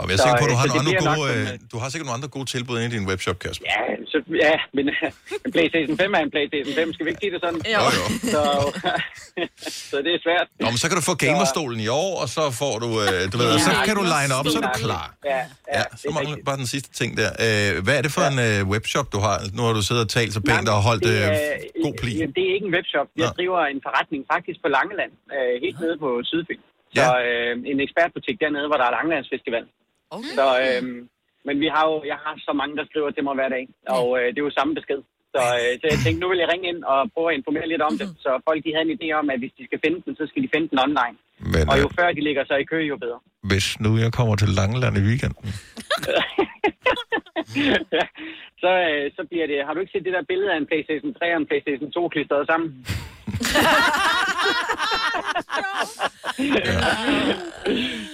[SPEAKER 2] Og jeg er sikker på, at du
[SPEAKER 23] Så,
[SPEAKER 2] har,
[SPEAKER 23] øh, så
[SPEAKER 2] nogle
[SPEAKER 23] det
[SPEAKER 2] andre
[SPEAKER 23] bliver nok
[SPEAKER 2] gode,
[SPEAKER 23] sådan,
[SPEAKER 2] øh, du har sikkert nogle andre gode tilbud inde i din webshop, Kasper.
[SPEAKER 23] Ja, så, ja men en PlayStation 5 er en PlayStation 5. Skal vi ikke sige det sådan?
[SPEAKER 2] Jo. jo.
[SPEAKER 23] Så, så det er svært.
[SPEAKER 2] Nå, men så kan du få gamerstolen i år, og så får du, øh, du ved,
[SPEAKER 23] Ja.
[SPEAKER 2] og så kan du line op, så er du
[SPEAKER 23] Ja.
[SPEAKER 2] klar.
[SPEAKER 23] Ja,
[SPEAKER 2] Ja, så mangler bare den sidste ting der. Øh, hvad er det for en øh, webshop, du har? Nu har du siddet og talt så pænt og holdt øh, god pli.
[SPEAKER 23] Jamen, det er ikke en webshop. Jeg
[SPEAKER 2] Nå.
[SPEAKER 23] driver en forretning faktisk på Langeland, øh, helt nede på Sydfyn. Så øh, en ekspertbutik dernede, hvor der er Langelandsfestival. Okay. Så, øh, men vi har jo, jeg har så mange, der skriver til mig hver dag, og øh, det er jo samme besked. Så, øh, så jeg tænkte, nu vil jeg ringe ind og prøve at informere lidt om det.
[SPEAKER 2] Mhm.
[SPEAKER 23] Så folk de havde en idé om, at hvis de skal finde den, så skal de finde den online.
[SPEAKER 2] Men,
[SPEAKER 23] og
[SPEAKER 2] øh,
[SPEAKER 23] jo før de ligger sig i kø, jo bedre.
[SPEAKER 2] Hvis nu jeg kommer til Langeland i weekenden.
[SPEAKER 23] Ja, så, øh, så bliver det... Har du ikke set det der billede af en PlayStation 3 og en PlayStation 2 klistret sammen?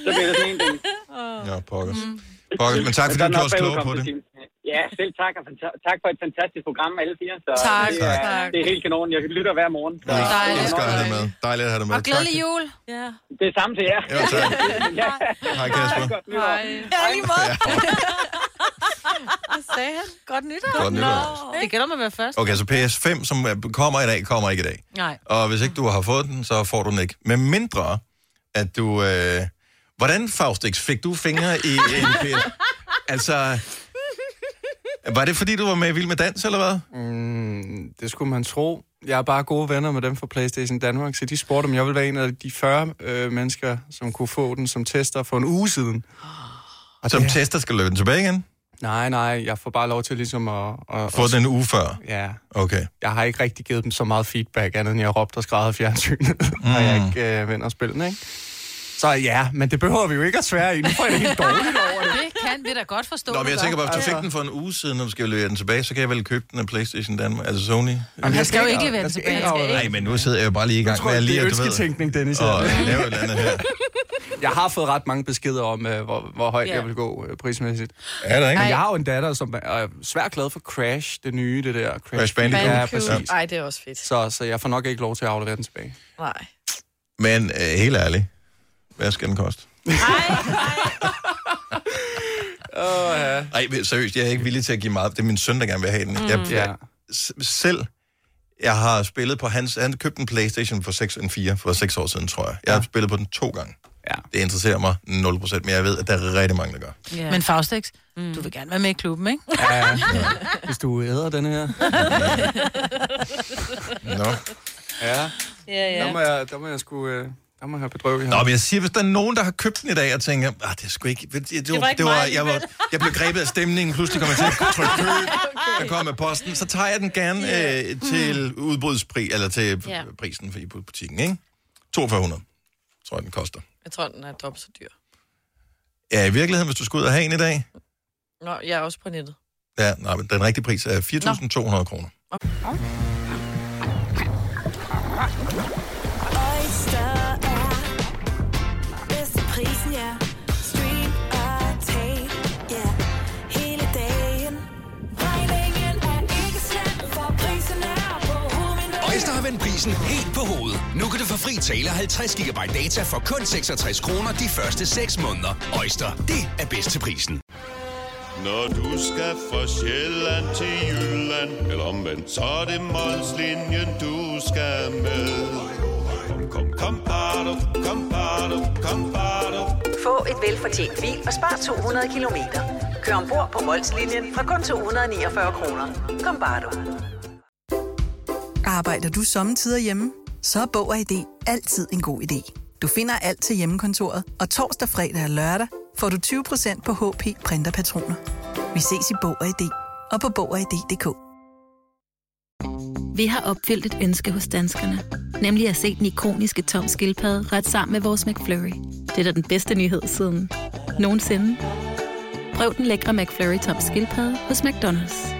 [SPEAKER 23] så bliver det sådan en ting.
[SPEAKER 2] Ja, pokkers.
[SPEAKER 4] Mm.
[SPEAKER 2] Pokkers, men tak fordi
[SPEAKER 23] der
[SPEAKER 2] du
[SPEAKER 23] er
[SPEAKER 2] gjorde
[SPEAKER 23] nok
[SPEAKER 2] os klogere på
[SPEAKER 23] bagudkommet,
[SPEAKER 2] det.
[SPEAKER 23] Stine. Ja, selv tak, og fanta- tak for et fantastisk program, alle fire. Så
[SPEAKER 4] Tak,
[SPEAKER 23] det, er,
[SPEAKER 4] tak.
[SPEAKER 23] det er helt kanon. Jeg lytter hver morgen. Så,
[SPEAKER 2] Jeg elsker at have dig med. Dejligt at have dig med.
[SPEAKER 4] Og glædelig jul.
[SPEAKER 3] Ja.
[SPEAKER 23] Det er samme til jer.
[SPEAKER 2] Jo, tak.
[SPEAKER 23] ja.
[SPEAKER 2] Hej, Kasper.
[SPEAKER 23] Godt nytår.
[SPEAKER 4] Ja, lige måde. Hvad sagde han? Godt nytår.
[SPEAKER 2] Godt nytår.
[SPEAKER 4] Nå. Det gælder om at være først.
[SPEAKER 2] Okay, så PS5, som er- kommer i dag, kommer ikke i dag.
[SPEAKER 4] Nej.
[SPEAKER 2] Og hvis ikke du har fået den, så får du den ikke. Med mindre, at du... Øh... Hvordan, Faustix, fik du fingre i en PS... Altså... Var det, fordi du var med i Vild med Dans, eller hvad?
[SPEAKER 5] Mm, det skulle man tro. Jeg er bare gode venner med dem fra PlayStation Danmark, så de spurgte, om jeg ville være en af de 40 øh, mennesker, som kunne få den som tester for en uge siden. Og
[SPEAKER 2] Som tester skal løbe den tilbage igen?
[SPEAKER 5] Nej, nej, jeg får bare lov til ligesom at... at
[SPEAKER 2] Få
[SPEAKER 5] at-
[SPEAKER 2] den en uge før?
[SPEAKER 5] Ja.
[SPEAKER 2] Okay.
[SPEAKER 5] Jeg har ikke rigtig givet dem så meget feedback, andet end jeg råbte og skrædder fjernsynet, mm. og jeg ikke øh, vinder spillene, ikke? Så ja, men det behøver vi jo ikke at svære i. Nu får jeg det helt dårligt over.
[SPEAKER 4] Det kan vi da godt forstå.
[SPEAKER 2] Nå, men jeg
[SPEAKER 4] du
[SPEAKER 2] tænker
[SPEAKER 4] gør.
[SPEAKER 2] bare, hvis du fik den for en uge siden, og du skal levere den tilbage, så kan jeg vel købe den af PlayStation Danmark, altså Sony.
[SPEAKER 4] jeg skal jo ikke levere den tilbage. Jeg skal ikke.
[SPEAKER 2] Nej, men nu sidder jeg jo bare lige i gang med, at
[SPEAKER 5] det
[SPEAKER 2] lige,
[SPEAKER 5] er
[SPEAKER 2] at du ved-
[SPEAKER 5] ønsketænkning, Dennis.
[SPEAKER 2] Og
[SPEAKER 5] her.
[SPEAKER 2] lave et eller andet her.
[SPEAKER 5] Jeg har fået ret mange beskeder om, øh, hvor, hvor højt
[SPEAKER 2] Ja.
[SPEAKER 5] yeah. jeg vil gå øh, prismæssigt.
[SPEAKER 2] Er der ikke?
[SPEAKER 5] Men jeg har jo en datter, som er- er svært glad for Crash, det nye, det der. Crash, Ja, præcis.
[SPEAKER 6] Ej, det er også fedt.
[SPEAKER 5] Så, så jeg får nok ikke lov til at aflevere den tilbage.
[SPEAKER 6] Nej.
[SPEAKER 2] Men øh, helt ærligt, hvad skal den koste?
[SPEAKER 5] Åh, ja.
[SPEAKER 2] Ej, men seriøst, jeg er ikke villig til at give meget. Det er min søn, der gerne vil have den.
[SPEAKER 5] Mm.
[SPEAKER 2] Jeg,
[SPEAKER 5] Ja.
[SPEAKER 2] jeg, s- selv, jeg har spillet på hans... Han købte en Playstation for 6, en 4 for 6 år siden, tror jeg. Jeg har spillet på den to gange.
[SPEAKER 5] Ja.
[SPEAKER 2] Det interesserer mig 0%, men jeg ved, at der er rigtig mange, der gør.
[SPEAKER 4] Ja. Men Faustix, mm. du vil gerne være med i klubben, ikke?
[SPEAKER 5] Ja, Hvis du æder den her.
[SPEAKER 2] Nå.
[SPEAKER 5] Ja.
[SPEAKER 4] Ja, ja.
[SPEAKER 5] Der må jeg, der må jeg sgu... Øh, der må jeg bedrøve
[SPEAKER 2] Nå, men jeg siger, hvis der er nogen, der har købt den i dag, og tænker, ah, det er sgu ikke... Det, det,
[SPEAKER 5] Det var ikke
[SPEAKER 2] det var,
[SPEAKER 5] mig
[SPEAKER 2] jeg, var,
[SPEAKER 5] alligevel."
[SPEAKER 2] jeg blev grebet af stemningen, pludselig kom jeg til at trykke køb, jeg kom med posten, så tager jeg den gerne øh, til udbrudspris, eller til
[SPEAKER 6] Ja.
[SPEAKER 2] prisen for i butikken, ikke? 4200, tror jeg, den koster.
[SPEAKER 6] Jeg tror, den er dobbelt så dyr.
[SPEAKER 2] Ja, i virkeligheden, hvis du skal ud og have en i dag,
[SPEAKER 6] Nå, jeg er også på nettet.
[SPEAKER 2] ja, nej, men den rigtige pris er 4.200 kroner.
[SPEAKER 12] Oyster er bedst til prisen,
[SPEAKER 16] prisen helt på hovedet. Nu kan du få fri tale 50 GB data for kun 66 kroner de første 6 måneder. Øjster, det er bedst til prisen.
[SPEAKER 17] Når du skal fra Sjælland til Jylland, eller omvendt, så er det Molslinjen, du skal med. Kom, kom, kom, bado, kom, bado, kom, bado.
[SPEAKER 18] Få et velfortjent bil og spar 200 kilometer. Kør ombord på Molslinjen fra kun 249 kroner. Kom bare du.
[SPEAKER 19] Arbejder du sommetider hjemme? Så er Bog og ID altid en god idé. Du finder alt til hjemmekontoret, og torsdag, fredag og lørdag får du 20% på HP printerpatroner. Vi ses i Bog og ID og på Bog og ID.dk.
[SPEAKER 20] Vi har opfyldt et ønske hos danskerne. Nemlig at se den ikoniske tom skildpadde ret sammen med vores McFlurry. Det er da den bedste nyhed siden nogensinde. Prøv den lækre McFlurry tom skildpadde hos McDonald's.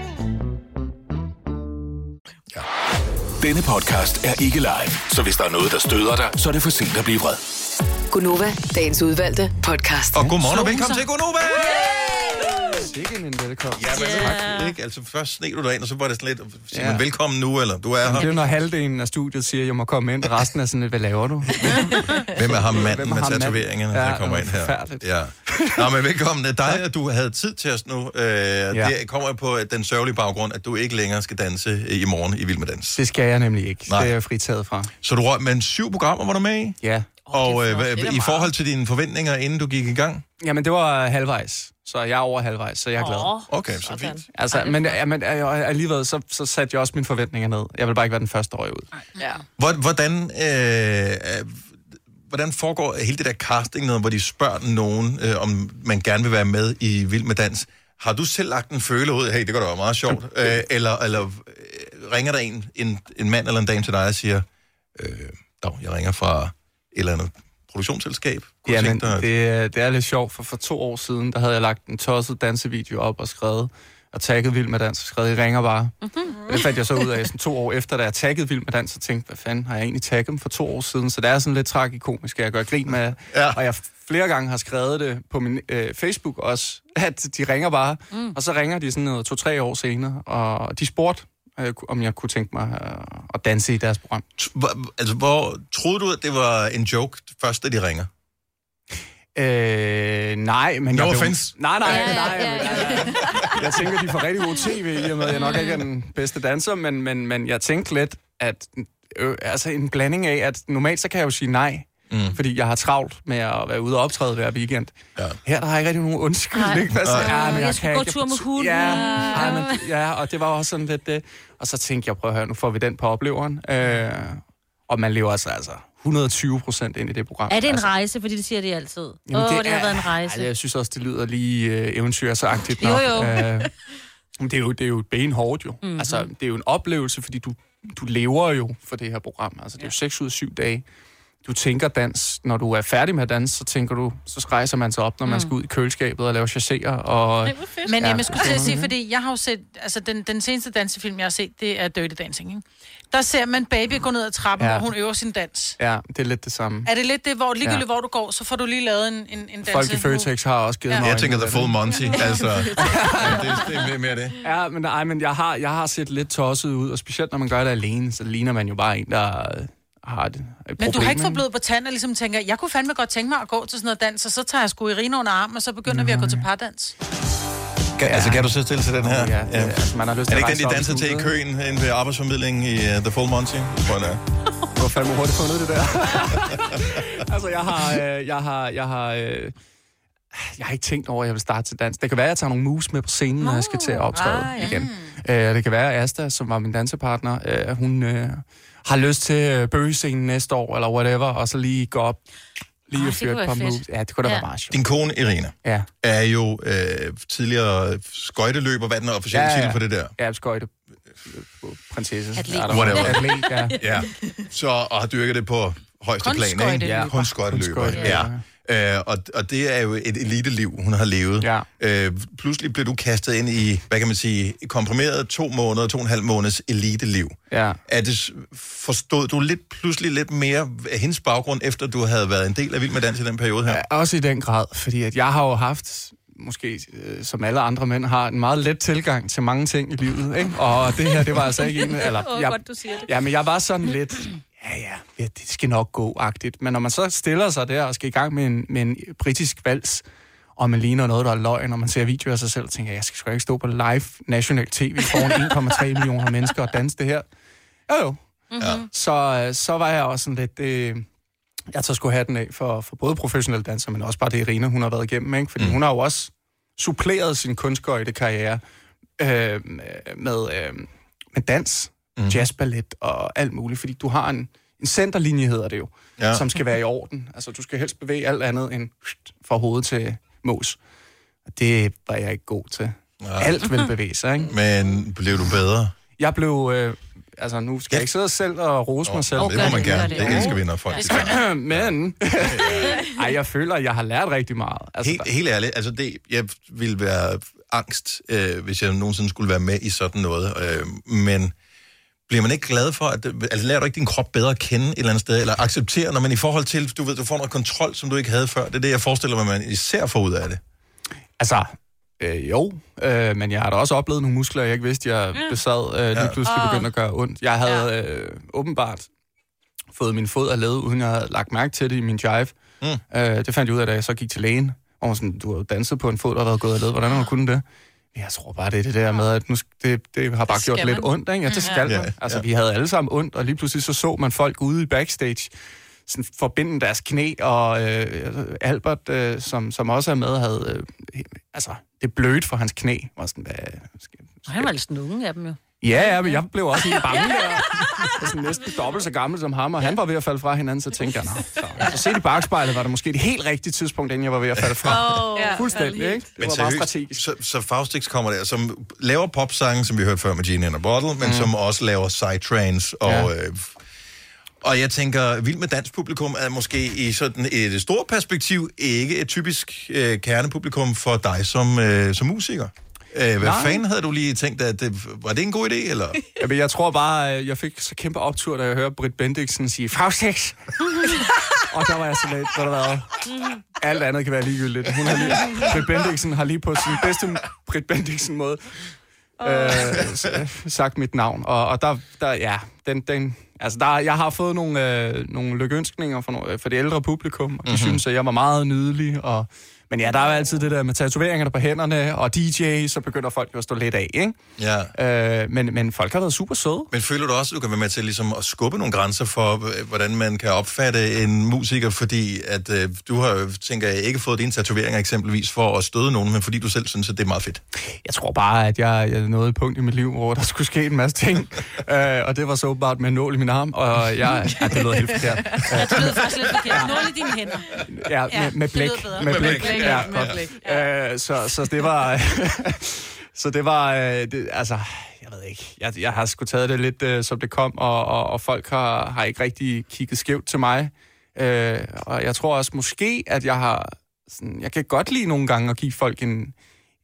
[SPEAKER 1] Denne podcast er ikke live, så hvis der er noget, der støder dig, så er det for sent at blive vred.
[SPEAKER 11] Gunova, dagens udvalgte podcast.
[SPEAKER 2] Og godmorgen og velkommen til
[SPEAKER 11] Gunova!
[SPEAKER 2] Sikke en velkommen. Ja, men yeah. tak. Ikke? Altså, først sned du dig ind, og så var det sådan lidt, siger man velkommen nu, eller du er
[SPEAKER 5] Jamen,
[SPEAKER 2] her.
[SPEAKER 5] det er jo, når halvdelen af studiet siger, at jeg må komme ind. Resten er sådan lidt, hvad laver du?
[SPEAKER 2] Hvem er ham manden
[SPEAKER 5] Hvem er
[SPEAKER 2] med
[SPEAKER 5] ham manden?
[SPEAKER 2] tatoveringerne,
[SPEAKER 5] Ja,
[SPEAKER 2] der kommer
[SPEAKER 5] det
[SPEAKER 2] ind
[SPEAKER 5] var
[SPEAKER 2] her?
[SPEAKER 5] forfærdeligt.
[SPEAKER 2] Ja. Nå, men velkommen. Dig, at du havde tid til os nu. Øh, Det kommer på øh, den sørgelige baggrund, at du ikke længere skal danse øh, i morgen i Vild med Dans.
[SPEAKER 5] Det skal jeg nemlig ikke.
[SPEAKER 2] Nej.
[SPEAKER 5] Nej. Det er jeg fritaget fra.
[SPEAKER 2] Så du røg, men syv programmer var du med i?
[SPEAKER 5] Ja.
[SPEAKER 2] Og
[SPEAKER 5] det er
[SPEAKER 2] øh,
[SPEAKER 5] flot. Det er
[SPEAKER 2] hvad- i
[SPEAKER 5] meget.
[SPEAKER 2] forhold til dine forventninger, inden du gik i gang?
[SPEAKER 5] Jamen, det var halvvejs. Så jeg er over halvvejs, så jeg er glad.
[SPEAKER 2] Okay, så fint.
[SPEAKER 5] Altså, men, ja, men øh, alligevel, så, så satte jeg også mine forventninger ned. Jeg vil bare ikke være den første røg ud.
[SPEAKER 6] Ja.
[SPEAKER 2] Hvor- Hvordan, øh, øh, hvordan foregår hele det der casting noget, hvor de spørger nogen, øh, om man gerne vil være med i Vild med Dans? Har du selv lagt en føle ud, hey, det går da være meget sjovt, øh, eller, eller øh, ringer der en, en, en mand eller en dame til dig og siger, øh, dog, jeg ringer fra et eller andet produktionsselskab, kunne ja,
[SPEAKER 5] Jamen,
[SPEAKER 2] tænke dig,
[SPEAKER 5] det, øh,
[SPEAKER 2] det...
[SPEAKER 5] det er lidt sjovt, for for to år siden, der havde jeg lagt en tosset dansevideo op og skrevet, og tagget Vild med Dans og skrevet, I ringer bare. Mm-hmm. Og det fandt jeg så ud af sådan to år efter, da jeg taggede Vild med Dans, og tænkte, hvad fanden har jeg egentlig tagget dem for to år siden? Så det er sådan lidt tragikomisk, at jeg gør grin med. Ja. Og jeg flere gange har skrevet det på min øh, Facebook også, at de ringer bare, mm. og så ringer de sådan noget to-tre år senere, og de spurgte, øh, om jeg kunne tænke mig øh, at danse i deres program.
[SPEAKER 2] Altså, hvor troede du, at det var en joke, først da de ringer?
[SPEAKER 5] Øh, nej, men...
[SPEAKER 2] No
[SPEAKER 5] jeg blev-
[SPEAKER 2] offense.
[SPEAKER 5] Ah, Nej, nej, nej. nej, nej, nej. Jeg tænker, de får rigtig god tv, i og med, at jeg nok ikke er den bedste danser, men, men, men jeg tænkte lidt, at øh, altså en blanding af, at normalt så kan jeg jo sige nej, mm. fordi jeg har travlt med at være ude og optræde hver weekend. Ja. Her der har jeg ikke rigtig nogen undskyldning.
[SPEAKER 3] Nej.
[SPEAKER 5] Hvad så?
[SPEAKER 3] Nej.
[SPEAKER 5] Ja, men
[SPEAKER 3] Jeg
[SPEAKER 5] jeg,
[SPEAKER 3] skulle
[SPEAKER 5] kan
[SPEAKER 3] gå
[SPEAKER 5] ikke.
[SPEAKER 3] tur med hunden.
[SPEAKER 5] Ja, nej, men, ja, og det var også sådan lidt det. Og så tænkte jeg, prøv at høre, nu får vi den på opleveren. Øh, og man lever altså, altså 120 procent ind i det program.
[SPEAKER 3] Er det en
[SPEAKER 5] altså,
[SPEAKER 3] rejse? Fordi det siger de altid. Åh, det, oh, det har været en rejse.
[SPEAKER 5] Ej, jeg synes også, det lyder lige øh, eventyrsagtigt
[SPEAKER 3] Jo,
[SPEAKER 5] nok.
[SPEAKER 3] jo.
[SPEAKER 5] Øh, men det, er jo, det er jo benhårdt jo.
[SPEAKER 3] Mhm.
[SPEAKER 5] Mm-hmm. Altså, det er jo en oplevelse, fordi du, du lever jo for det her program. Altså, det er jo 6 ud af 7 dage. Du tænker dans. Når du er færdig med at danse, så tænker du, så rejser man sig op,
[SPEAKER 3] Mhm.
[SPEAKER 5] når mm. man skal ud i køleskabet og laver chasséer. Og,
[SPEAKER 4] Men
[SPEAKER 5] Ja,
[SPEAKER 4] ja, jeg skulle til at sige,
[SPEAKER 5] Mhm.
[SPEAKER 4] fordi jeg har jo set, altså den, den seneste dansefilm, jeg har set, det er Dirty Dancing, ikke? Der ser man baby gå ned ad trappen, ja.
[SPEAKER 5] Ja.
[SPEAKER 4] hvor hun øver sin dans.
[SPEAKER 5] Ja, det er lidt det samme.
[SPEAKER 4] Er det lidt det, hvor ligegyldigt
[SPEAKER 5] Ja.
[SPEAKER 4] hvor du går, så får du lige lavet en, en, en danse?
[SPEAKER 5] Folk i Føtex har også givet
[SPEAKER 4] Ja.
[SPEAKER 5] ja. mig... øh,
[SPEAKER 4] Jeg tænker,
[SPEAKER 2] the full Monty, altså. Ja, det-
[SPEAKER 5] det
[SPEAKER 2] er mere det.
[SPEAKER 5] Ja, men, nej, men jeg, har, jeg har set lidt tosset ud, og specielt når man gør det alene, så ligner man jo bare en, der øh, har et, et
[SPEAKER 4] Men
[SPEAKER 5] problem,
[SPEAKER 4] du har ikke fået
[SPEAKER 5] ikke?
[SPEAKER 4] blod på tanden og ligesom tænker, jeg kunne fandme godt tænke mig at gå til sådan noget dans, og så tager jeg sgu Irina under armen, og så begynder vi at gå til pardans.
[SPEAKER 2] Kan, ja. Altså, kan du så stille til den her? Ja, ja.
[SPEAKER 5] Altså, man har lyst
[SPEAKER 2] er
[SPEAKER 5] til
[SPEAKER 2] det
[SPEAKER 5] at
[SPEAKER 2] ikke den, de
[SPEAKER 5] rejse
[SPEAKER 2] danser
[SPEAKER 5] op i
[SPEAKER 2] til i
[SPEAKER 5] studiet?
[SPEAKER 2] køen inde ved arbejdsformidlingen i uh, The Full Monty? Tror jeg, det er.
[SPEAKER 5] Du har fandme hurtigt fundet det der. altså, jeg har... Øh, jeg har, jeg har øh, jeg har ikke tænkt over, at jeg vil starte til dans. Det kan være, at jeg tager nogle mus med på scenen, når jeg skal til at optræde
[SPEAKER 24] ah,
[SPEAKER 5] ah, ja.
[SPEAKER 24] ja.
[SPEAKER 5] igen. Øh, det kan være, at Asta, som var min dansepartner, øh, hun øh, har lyst til øh, bøgescenen næste år, eller whatever, og så lige gå op, lige oh,
[SPEAKER 2] Ah, det
[SPEAKER 5] og fyre
[SPEAKER 2] kunne
[SPEAKER 5] et
[SPEAKER 2] være
[SPEAKER 5] par
[SPEAKER 2] fedt.
[SPEAKER 5] moves. Ja, det kunne da
[SPEAKER 2] Ja.
[SPEAKER 5] være meget sjovt.
[SPEAKER 2] Din kone, Irina,
[SPEAKER 5] ja.
[SPEAKER 2] er jo øh, tidligere skøjteløber. Hvad er den officielle ja, ja. titel for det der?
[SPEAKER 5] Ja, skøjte. Prinsesse.
[SPEAKER 2] Atlet.
[SPEAKER 5] Er der-
[SPEAKER 2] Whatever.
[SPEAKER 5] Atlet, ja.
[SPEAKER 2] Ja. Så, og har dyrket det på højeste plan, ikke?
[SPEAKER 5] Kunstskøjteløber.
[SPEAKER 2] Kun skøjteløber. Ja. ja. Øh, og, og det er jo et eliteliv, hun har levet.
[SPEAKER 5] Ja.
[SPEAKER 2] Øh, pludselig blev du kastet ind i, hvad kan man sige, komprimeret to måneder, to og en halv måneds eliteliv.
[SPEAKER 5] Ja.
[SPEAKER 2] Er det, s- forstod du lidt pludselig lidt mere af hendes baggrund, efter du havde været en del af Vild med Dans i den periode her?
[SPEAKER 5] Også i den grad, fordi at jeg har jo haft måske øh, som alle andre mænd, har en meget let tilgang til mange ting i livet. Ikke? Og det her, det var altså ikke en... Eller,
[SPEAKER 12] Åh,
[SPEAKER 5] jeg,
[SPEAKER 12] godt, du siger det.
[SPEAKER 5] ja, men jeg var sådan lidt, ja ja, ja, det skal nok gå-agtigt. Men når man så stiller sig der og skal i gang med en, med en britisk vals, og man ligner noget, der er løgn, og man ser videoer af sig selv, og tænker, jeg skal sgu ikke stå på live national tv foran 1,3 millioner mennesker og danse det her. Jo jo.
[SPEAKER 12] Mhm.
[SPEAKER 5] Så, øh, så var jeg også sådan lidt... Øh, jeg tager sgu hatten af for, for både professionelle dansere, men også bare det Irina, hun har været igennem. Ikke? Fordi mm. hun har jo også suppleret sin kunstgøjde-karriere øh, med, øh, med dans, mm. jazzballet og alt muligt. Fordi du har en, en centerlinje, hedder det jo,
[SPEAKER 2] Ja.
[SPEAKER 5] ja. som skal være i orden. Altså, du skal helst bevæge alt andet end fra hoved til mås. Og det var jeg ikke god til. Ja. Alt vil bevæge sig, ikke?
[SPEAKER 2] Men blev du bedre?
[SPEAKER 5] Jeg blev... Øh, altså, nu skal jeg ikke sidde selv og rose mig selv.
[SPEAKER 2] det må Åh, gør man det, gerne. gør det. Det elsker vi, når folk Det skal
[SPEAKER 5] Men... Ej, jeg føler, at jeg har lært rigtig meget.
[SPEAKER 2] Altså, helt, helt ærligt, altså det, jeg ville være angst, øh, hvis jeg nogensinde skulle være med i sådan noget. Øh, men bliver man ikke glad for, at det- altså, lærer du ikke din krop bedre at kende et eller andet sted, eller accepterer, når man i forhold til, du ved, du får noget kontrol, som du ikke havde før. Det er det, jeg forestiller mig, man især får ud af det.
[SPEAKER 5] Altså, øh, jo, øh, men jeg har da også oplevet nogle muskler, jeg ikke vidste, jeg besad, øh, lige
[SPEAKER 2] Ja.
[SPEAKER 5] pludselig
[SPEAKER 2] Åh.
[SPEAKER 5] begyndte at gøre ondt. Jeg havde øh, åbenbart fået min fod af led, uden jeg havde lagt mærke til det i min jive. Mm. Øh, det fandt jeg ud af, da jeg så gik til lægen, og sådan, du har jo danset på en fod, der har været gået af led, hvordan har du kunnet det? Jeg tror bare, det er det der med, at nu, sk- det, det har bare Det gjort skal lidt man. ondt, ikke? Ja, det Mm, skal
[SPEAKER 2] ja.
[SPEAKER 5] man. Altså,
[SPEAKER 2] Ja.
[SPEAKER 5] vi havde alle sammen ondt, og lige pludselig så så man folk ude i backstage, sådan forbinde deres knæ, og øh, Albert, øh, som, som også er med, havde, øh, altså, det blødt for hans knæ. Var sådan, hvad,
[SPEAKER 3] Og han var lidt snukken af dem jo.
[SPEAKER 5] Ja, ja, men jeg blev også helt bange. Jeg er sådan næsten dobbelt så gammel som ham, og han var ved at falde fra hinanden, så tænkte jeg, nej. Så, så set i bagspejlet var det måske et helt rigtigt tidspunkt, inden jeg var ved at falde fra.
[SPEAKER 12] Åh, ja,
[SPEAKER 5] Fuldstændig,
[SPEAKER 12] ja, lige.
[SPEAKER 5] ikke? Det var meget strategisk.
[SPEAKER 2] så, så Faustix kommer der, som laver popsange, som vi hørte før med Genie and a Bottle, men mm. som også laver psytrance og... Ja. Øh, og jeg tænker, vild med dansk publikum er måske i sådan et stort perspektiv ikke et typisk øh, kernepublikum for dig som, øh, som musiker. Øh, hvad
[SPEAKER 5] Nej.
[SPEAKER 2] fanden havde du lige tænkt, at øh, det, var det en god idé, eller?
[SPEAKER 5] Jamen, jeg tror bare, øh, jeg fik så kæmpe optur, da jeg hørte Britt Bendiksen sige, Faustix! og der var jeg sådan lidt, hvad der var. Alt andet kan være ligegyldigt. Hun har lige, Britt Bendiksen har lige på sin bedste Britt Bendiksen måde øh, s- sagt mit navn. Og, og der, der, ja, den, den, altså der, jeg har fået nogle, øh, nogle lykønskninger for, no, for det ældre publikum, og de
[SPEAKER 2] Mhm.
[SPEAKER 5] mm-hmm. synes, at jeg var meget nydelig. Og, men ja, der er jo altid det der med tatoveringerne på hænderne, og DJ, så begynder folk jo at stå lidt af, ikke?
[SPEAKER 2] Ja.
[SPEAKER 5] Øh, men, men folk har været super søde.
[SPEAKER 2] Men føler du også, at du kan være med til ligesom at skubbe nogle grænser for, øh, hvordan man kan opfatte en musiker, fordi at øh, du har, jo, tænker jeg, ikke fået dine tatoveringer eksempelvis for at støde nogen, men fordi du selv synes, at det er meget fedt?
[SPEAKER 5] Jeg tror bare, at jeg, jeg nåede et punkt i mit liv, hvor der skulle ske en masse ting. øh, og det var så åbenbart med en nål i min arm, og jeg... Ja, det lød helt forkert. Øh,
[SPEAKER 3] Ja, det lyder faktisk lidt forkert. Nål i dine hænder.
[SPEAKER 5] Ja,
[SPEAKER 3] Ja,
[SPEAKER 5] med, med
[SPEAKER 3] det
[SPEAKER 5] blæk.
[SPEAKER 3] lyder bedre.
[SPEAKER 5] Med
[SPEAKER 3] Med
[SPEAKER 5] blæk.
[SPEAKER 3] blæk,
[SPEAKER 5] Ja,
[SPEAKER 3] med
[SPEAKER 5] godt.
[SPEAKER 3] blæk,
[SPEAKER 5] Øh, så, så det var... så det var... øh, Det, altså, jeg ved ikke. Jeg, jeg har sgu taget det lidt, øh, som det kom, og, og, og folk har, har ikke rigtig kigget skævt til mig. Øh, og jeg tror også måske, at jeg har... Sådan, jeg kan godt lide nogle gange at give folk en,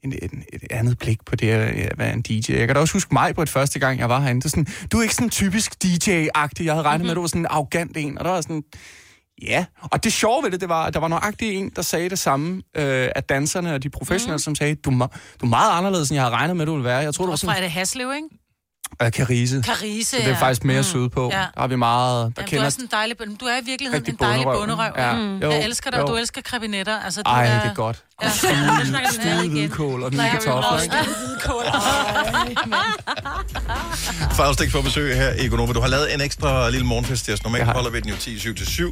[SPEAKER 5] en, en, et andet blik på det at være en DJ. Jeg kan da også huske mig på et første gang, jeg var herinde. Det er sådan, du er ikke sådan en typisk DJ-agtig. Jeg havde regnet
[SPEAKER 4] Mhm.
[SPEAKER 5] mm-hmm. med, at du var sådan en arrogant en. Og der var sådan, Ja, og det sjove ved det, det var, at der var nøjagtig en, der sagde det samme øh, af danserne og de professionelle, mm.
[SPEAKER 4] Mhm.
[SPEAKER 5] som sagde, du, er me- du er meget anderledes, end jeg havde regnet med, du ville være. Jeg tror, du var
[SPEAKER 4] Også fra er
[SPEAKER 5] sådan...
[SPEAKER 4] det Haslev, ikke?
[SPEAKER 5] Øh, Carise.
[SPEAKER 4] Karise,
[SPEAKER 5] Så det er
[SPEAKER 4] ja.
[SPEAKER 5] faktisk mere
[SPEAKER 4] Mm.
[SPEAKER 5] mm. syd på.
[SPEAKER 4] Ja.
[SPEAKER 5] Ja. Der er vi meget... Der
[SPEAKER 4] Jamen,
[SPEAKER 5] Jamen,
[SPEAKER 4] du er
[SPEAKER 5] kender...
[SPEAKER 4] også en dejlig, men du er i virkeligheden
[SPEAKER 5] Rigtig
[SPEAKER 4] en dejlig bunderøv.
[SPEAKER 5] bonderøv.
[SPEAKER 4] Ja.
[SPEAKER 5] Ja.
[SPEAKER 4] Mm.
[SPEAKER 5] Jo,
[SPEAKER 4] Jeg elsker dig,
[SPEAKER 5] jo.
[SPEAKER 4] og du elsker krabinetter. Altså, du
[SPEAKER 5] Ej,
[SPEAKER 4] er...
[SPEAKER 5] det er godt.
[SPEAKER 4] Ja. Nu snakker vi stadig
[SPEAKER 5] Stude hvidkål og nye
[SPEAKER 4] Nej, jeg vil
[SPEAKER 5] kartofler,
[SPEAKER 4] også-
[SPEAKER 5] ikke?
[SPEAKER 4] Hvidkål.
[SPEAKER 3] Ah.
[SPEAKER 2] Faustik får besøg her i Gonova. Du har lavet en ekstra lille morgenfest til os. Normalt holder vi den jo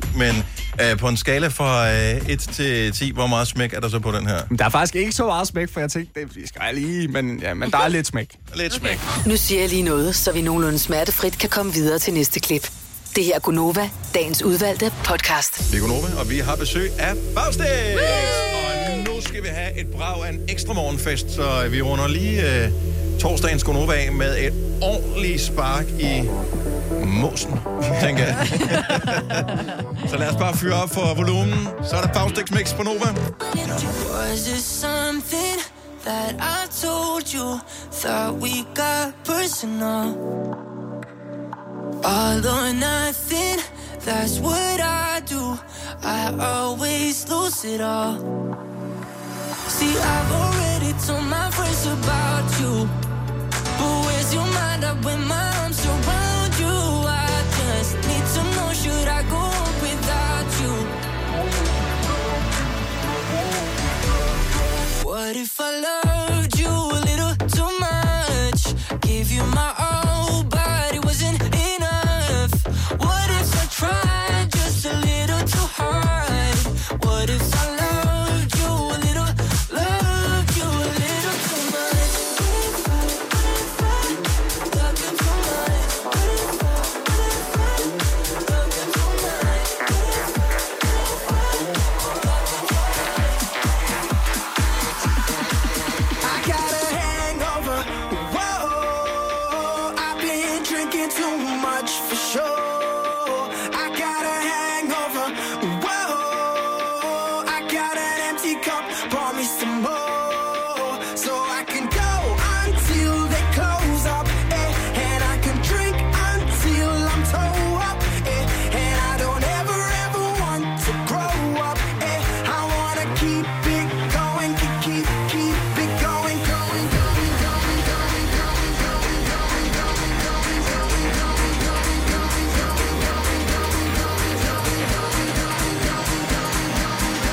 [SPEAKER 2] 10-7-7, men øh, på en skala fra øh, 1 til 10, hvor meget smæk er der så på den her?
[SPEAKER 5] Men Der er faktisk ikke så meget smæk, for jeg tænkte, det skal jeg lige... Men, ja, men der er lidt smæk.
[SPEAKER 2] Lidt smæk.
[SPEAKER 11] Nu siger jeg lige noget, så vi nogenlunde smertefrit kan komme videre til næste klip. Det her er Gunova, dagens udvalgte podcast.
[SPEAKER 2] Vi er Gonova, og vi har besøg af Faustik! Og nu skal vi have et brag af en ekstra morgenfest, så vi runder lige øh, torsdagens Gonova af med et ordentligt spark i mosen, tænker jeg. så lad os bare fyre op for volumen. Så er der Faustiks Mix på Nova.
[SPEAKER 12] Was it something that I told you? Thought we got personal. All or nothing, that's what I do. I always lose it all. See, I've already told my friends about you. But where's your mind up when my arms around you? I just need to know, should I go on without you? What if I loved you a little too much? Give you my all, but it wasn't enough. What if I tried just a little too hard? What if I loved you a little, loved you a little too much?
[SPEAKER 24] I got a hangover. Whoa, I've been drinking too much for sure. I got a hangover. Whoa, I got an empty cup. Pour me some more, so I can go until they close up, eh, and I can drink until I'm toe up, eh, and I don't ever ever want to grow up, eh. I wanna keep it going, keep keep keep it going, going, going, going, going, going, going, going, going, going, going, going, going, going, going, going, going, going, going, going, going, going.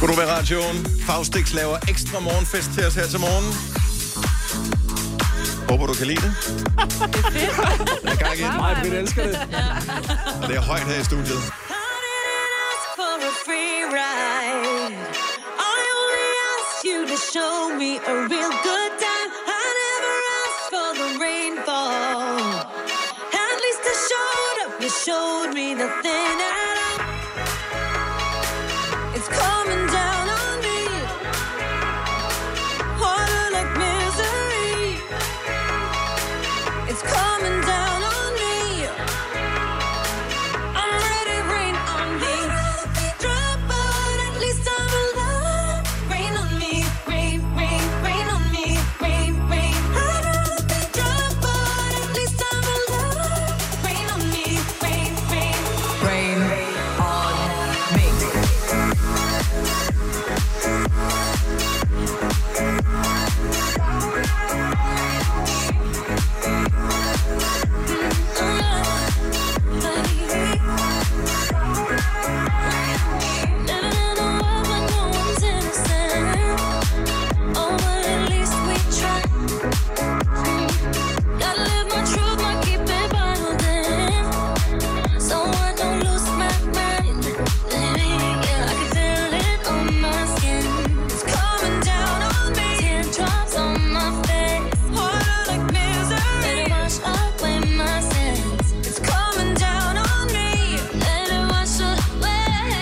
[SPEAKER 2] Godnova Radioen. Faustix laver ekstra morgenfest til os her til morgen. Håber, du kan lide det.
[SPEAKER 12] Jeg
[SPEAKER 2] kan ikke.
[SPEAKER 5] Mig, Britt, elsker det.
[SPEAKER 2] Og det er højt her i studiet.
[SPEAKER 12] for a free ride. I only asked you to show me a real good time. I never asked for the rainfall. At least I showed up. You showed me nothing at all. It's coming down on me. Harder like misery. It's coming down on me. I'm ready, rain on me. Drop out, at least I'm alive. Rain on me, rain, rain, rain on me, rain, rain. I'd rather be drop out, at least I'm alive. Rain on me, rain, rain, rain on me. Oh, It's coming down on me. Let it wash away.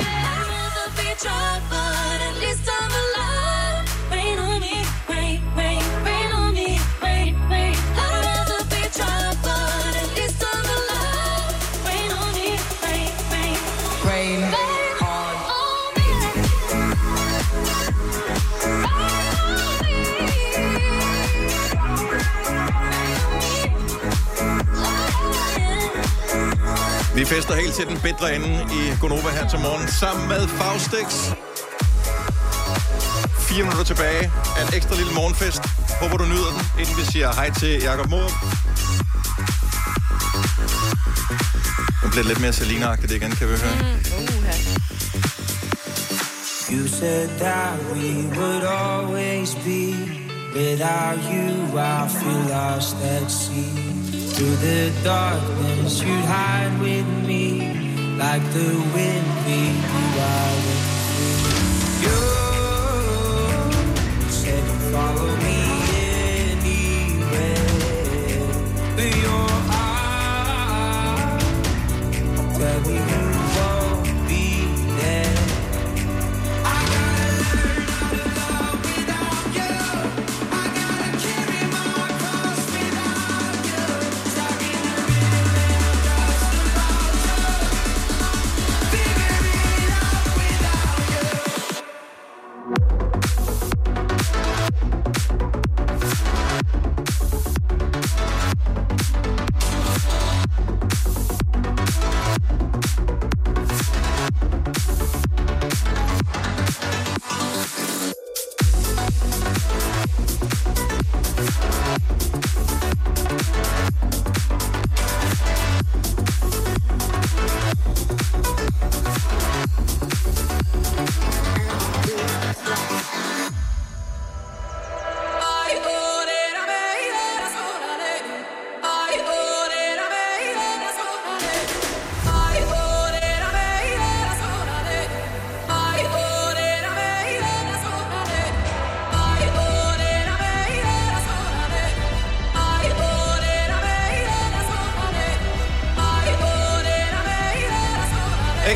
[SPEAKER 12] I'd rather be drunk, but at least I'm alive. Rain on me, rain, rain, rain on me, rain, rain. I'd rather be drunk, but at least I'm alive. Rain on me, rain, rain, rain, on me.
[SPEAKER 2] Vi fester helt til den bedre ende i Gonova her til morgen, sammen med Faustix. Fire minutter tilbage af en ekstra lille morgenfest. Håber du nyder den, inden vi siger hej til Jakob Morup. Nu bliver det lidt mere selina igen, kan vi høre.
[SPEAKER 25] You said that we would always be. Without you, I feel lost at sea. Through the darkness, you'd hide with me. Like the wind, we were wild and free. You said you'd follow me anywhere. With your eyes, tell me you won't be there. I gotta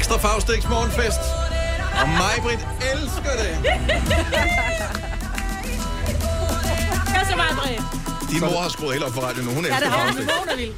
[SPEAKER 7] Mm.
[SPEAKER 2] og Faustix morgenfest. Og Majbrit elsker det.
[SPEAKER 7] Kom så meget, Britt.
[SPEAKER 2] Din mor har skruet helt op for radioen nu. Hun
[SPEAKER 7] Ja,
[SPEAKER 2] elsker
[SPEAKER 7] det har hun.
[SPEAKER 2] Faustix.
[SPEAKER 7] Hun er vild.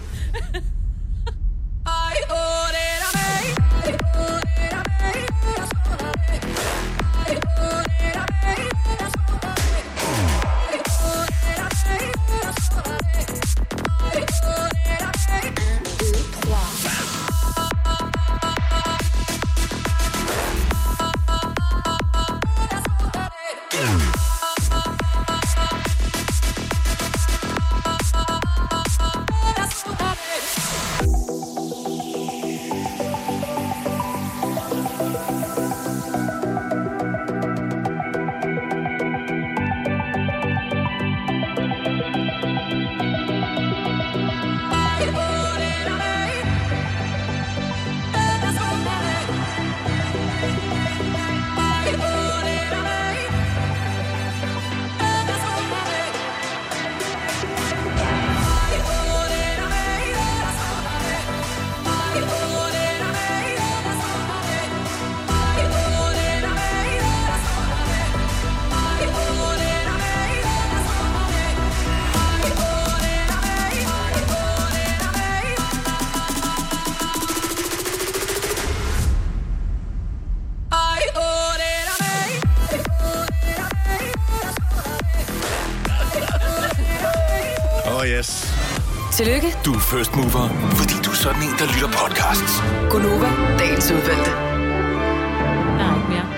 [SPEAKER 2] Åh, oh, yes.
[SPEAKER 11] Tillykke.
[SPEAKER 1] Du er first mover, fordi du er sådan en, der lytter podcasts.
[SPEAKER 11] Gunova, dagens udvalgte.
[SPEAKER 3] Der er ikke mere.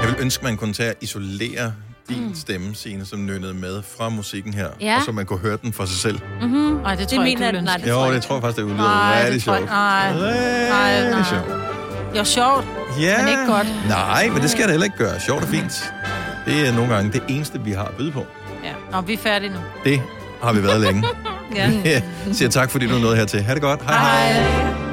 [SPEAKER 2] Jeg vil ønske, man kunne tage og isolere din stemme, Signe, som nynnede med fra musikken her.
[SPEAKER 3] Ja.
[SPEAKER 2] Og så man kunne høre den for sig selv.
[SPEAKER 3] Mm-hmm. Nej, det tror jeg ikke, du ville ønske.
[SPEAKER 2] jo, det tror jeg faktisk, det er ulyder.
[SPEAKER 4] Nej, det
[SPEAKER 2] rigtig
[SPEAKER 4] tror jeg
[SPEAKER 2] sjovt.
[SPEAKER 4] ikke. Nej. Nej,
[SPEAKER 2] Rigtig
[SPEAKER 4] nej.
[SPEAKER 2] sjovt.
[SPEAKER 4] Det var sjovt,
[SPEAKER 2] Ja.
[SPEAKER 4] men ikke godt.
[SPEAKER 2] Nej, men det skal det heller ikke gøre. Sjovt og fint. Det er nogle gange det eneste, vi har at byde på.
[SPEAKER 4] Ja. Nå, vi er færdige nu.
[SPEAKER 2] Det har vi været længe.
[SPEAKER 4] Ja.
[SPEAKER 2] Siger tak, fordi du nåede hertil. Ha' det godt. Hej hej.
[SPEAKER 4] Hej.